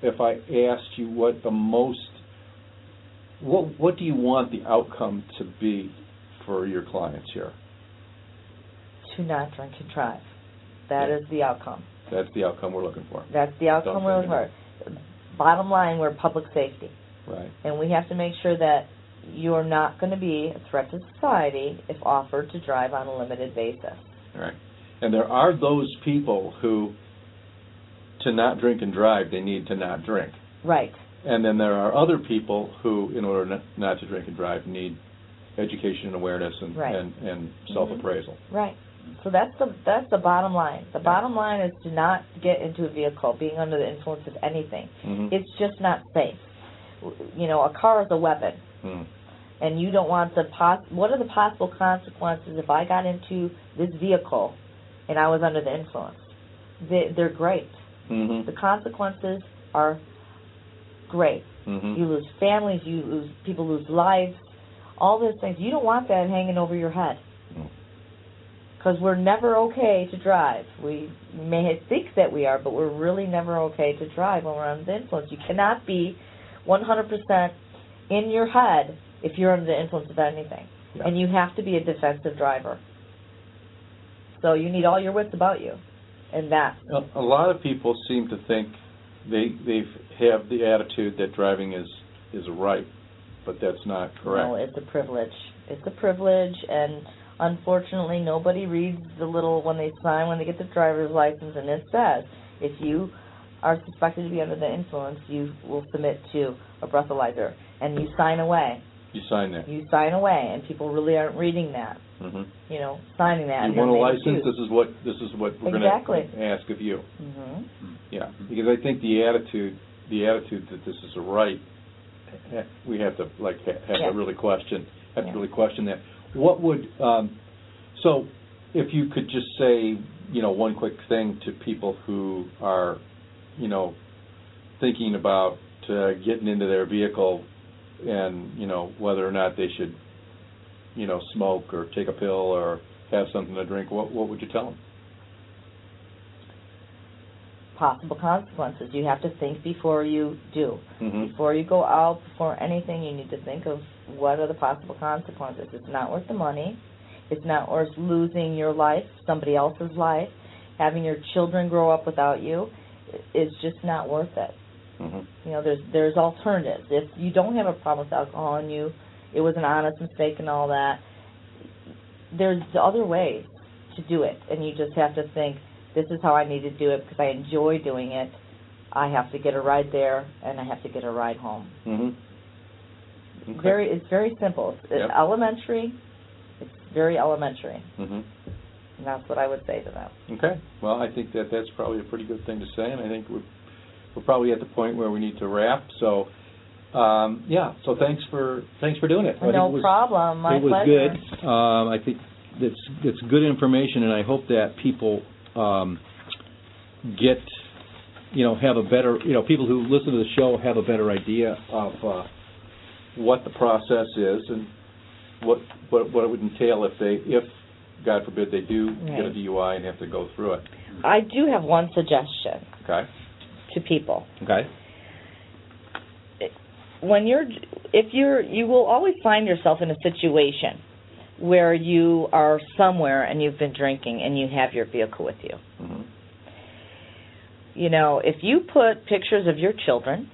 S2: if I asked you what the most what what do you want the outcome to be for your clients here?
S3: To not drink and drive. That
S2: Yeah.
S3: is the outcome.
S2: That's the outcome we're looking for,
S3: That's the outcome
S2: Don't
S3: we're
S2: drink
S3: looking for. Bottom line, we're public safety,
S2: right?
S3: and we have to make sure that you're not going to be a threat to society if offered to drive on a limited basis.
S2: All right. And there are those people who, to not drink and drive, they need to not drink.
S3: Right.
S2: And then there are other people who, in order not, not to drink and drive, need education and awareness and
S3: Right.
S2: and, and self appraisal.
S3: Right. So that's the that's the bottom line. The
S2: Yeah.
S3: bottom line is to not get into a vehicle being under the influence of anything. Mm-hmm.
S2: Mm-hmm.
S3: It's just not safe. W- You know, a car is a weapon, and you don't want the pos. What are the possible consequences if I got into this vehicle and I was under the influence? They, they're great.
S2: Mm-hmm.
S3: The consequences are great.
S2: Mm-hmm.
S3: You lose families. You lose people. Lose lives. All those things. You don't want that hanging over your head because we're never okay to drive. We may think that we are, but we're really never okay to drive when we're under the influence. You cannot be 100% in your head if you're under the influence of anything,
S2: Yeah.
S3: and you have to be a defensive driver. So you need all your wits about you, and that
S2: A, a lot of people seem to think they they have the attitude that driving is is a right, but that's not correct.
S3: no, it's a privilege. It's a privilege, and unfortunately, nobody reads the little when they sign when they get the driver's license, and it says if you are suspected to be under the influence, you will submit to a breathalyzer, and you sign away.
S2: You sign that.
S3: You sign away, and people really aren't reading that.
S2: hmm
S3: You know, signing that.
S2: You
S3: and
S2: want a
S3: they're
S2: license? This is what this is what we're
S3: Exactly.
S2: going to ask of you.
S3: hmm
S2: Yeah, Mm-hmm. because I think the attitude, the attitude that this is a right, eh, we have to like ha- have
S3: Yeah.
S2: to really question, have
S3: Yeah.
S2: to really question that. What would um, so if you could just say you know one quick thing to people who are you know thinking about uh, getting into their vehicle and you know whether or not they should you know smoke or take a pill or have something to drink, what what would you tell them?
S3: Possible consequences. You have to think before you do.
S2: Mm-hmm.
S3: Before you go out, before anything, you need to think of what are the possible consequences. It's not worth the money. It's not worth losing your life, somebody else's life, having your children grow up without you. I- It's just not worth it.
S2: Mm-hmm.
S3: You know, there's there's alternatives. If you don't have a problem with alcohol and you, it was an honest mistake and all that. There's other ways to do it, and you just have to think this is how I need to do it because I enjoy doing it. I have to get a ride there and I have to get a ride home.
S2: Mm-hmm. Okay.
S3: Very, it's very simple. It's
S2: Yep.
S3: elementary. It's very elementary,
S2: hmm
S3: and that's what I would say to them.
S2: Okay. Well, I think that that's probably a pretty good thing to say, and I think we're we're probably at the point where we need to wrap. So, um, yeah. So thanks for thanks for doing it. I think
S3: no
S2: it was,
S3: problem. My
S2: it was
S3: pleasure.
S2: good. Um, I think that's that's good information, and I hope that people um, get you know have a better you know people who listen to the show have a better idea of uh, what the process is and what what what it would entail if they if God forbid they do get a DUI
S3: Right.
S2: and have to go through it.
S3: I do have one suggestion
S2: Okay.
S3: to people.
S2: Okay.
S3: when you're if you're you will always find yourself in a situation where you are somewhere and you've been drinking and you have your vehicle with you.
S2: hmm
S3: You know, if you put pictures of your children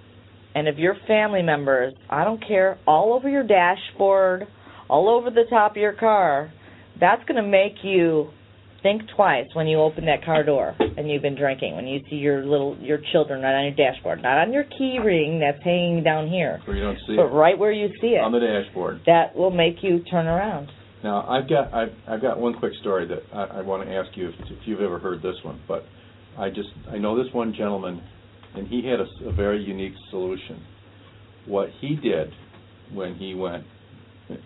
S3: and of your family members, I don't care, all over your dashboard, all over the top of your car, that's going to make you think twice when you open that car door and you've been drinking when you see your little your children right on your dashboard, not on your key ring that's hanging down here.
S2: So you don't see
S3: But right where you see
S2: it
S3: it,
S2: on the dashboard.
S3: that will make you turn around.
S2: Now I've got I've, I've got one quick story that I, I want to ask you if, if you've ever heard this one, but I just I know this one gentleman, and he had a, s- a very unique solution. What he did when he went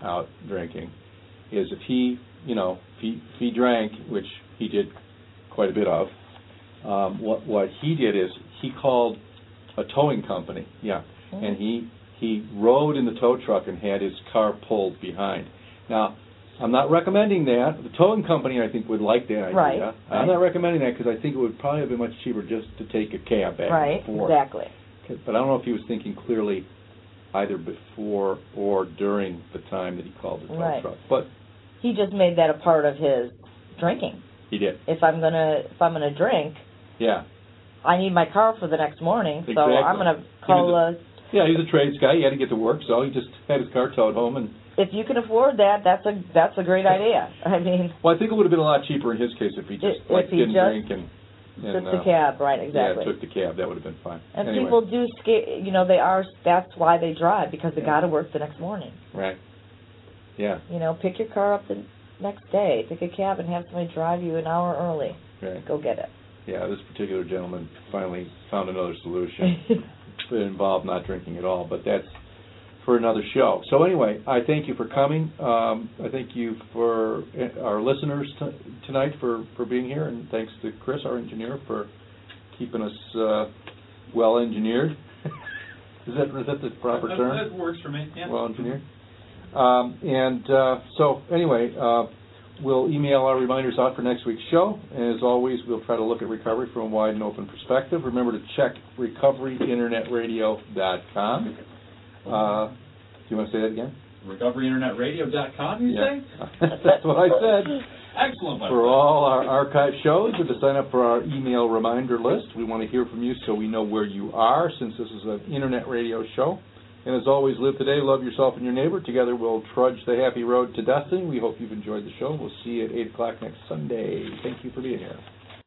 S2: out drinking is if he you know if he, if he drank, which he did quite a bit of, um, what what he did is he called a towing company, yeah,
S3: Mm-hmm.
S2: and he he rode in the tow truck and had his car pulled behind. Now I'm not recommending that. The towing company, I think, would like that idea.
S3: Right,
S2: I'm not recommending that because I think it would probably have been much cheaper just to take a cab back
S3: right,
S2: and forth.
S3: exactly.
S2: But I don't know if he was thinking clearly either before or during the time that he called the tow
S3: Right.
S2: truck. But
S3: He just made that a part of his drinking.
S2: he did.
S3: If I'm gonna if I'm gonna drink,
S2: Yeah.
S3: I need my car for the next morning, so
S2: Exactly.
S3: I'm gonna call a.
S2: Yeah, he's a trades guy. He had to get to work, so he just had his car towed home. And
S3: If you can afford that, that's a that's a great idea. I mean,
S2: well, I think it would have been a lot cheaper in his case if he just
S3: If-
S2: like
S3: if he
S2: didn't
S3: just
S2: drink and, and
S3: took the
S2: uh,
S3: cab, right? Exactly.
S2: yeah, took the cab. That would have been fine.
S3: and
S2: anyway,
S3: people do skate. You know, they are. That's why they drive because they
S2: Yeah.
S3: got to work the next morning.
S2: right? Yeah,
S3: You know, pick your car up the next day, pick a cab, and have somebody drive you an hour early.
S2: right.
S3: Go get it.
S2: Yeah, this particular gentleman finally found another solution that involved not drinking at all, but that's for another show. So anyway, I thank you for coming. Um, I thank you for uh, our listeners t- tonight for, for being here, and thanks to Chris, our engineer, for keeping us uh, well engineered. is that is that the proper
S1: That-
S2: term?
S1: That works for me, yeah.
S2: well engineered. Um, and uh, so, anyway, uh, we'll email our reminders out for next week's show. And as always, we'll try to look at recovery from a wide and open perspective. Remember to check recoveryinternetradio.com. Uh, do you want to say that again?
S1: RecoveryInternetRadio.com, you say?
S2: That's what I said.
S1: Excellent website.
S2: For all our archive shows and to sign up for our email reminder list, we want to hear from you so we know where you are since this is an internet radio show. And as always, live today, love yourself and your neighbor. Together we'll trudge the happy road to destiny. We hope you've enjoyed the show. We'll see you at 8 o'clock next Sunday. Thank you for being here.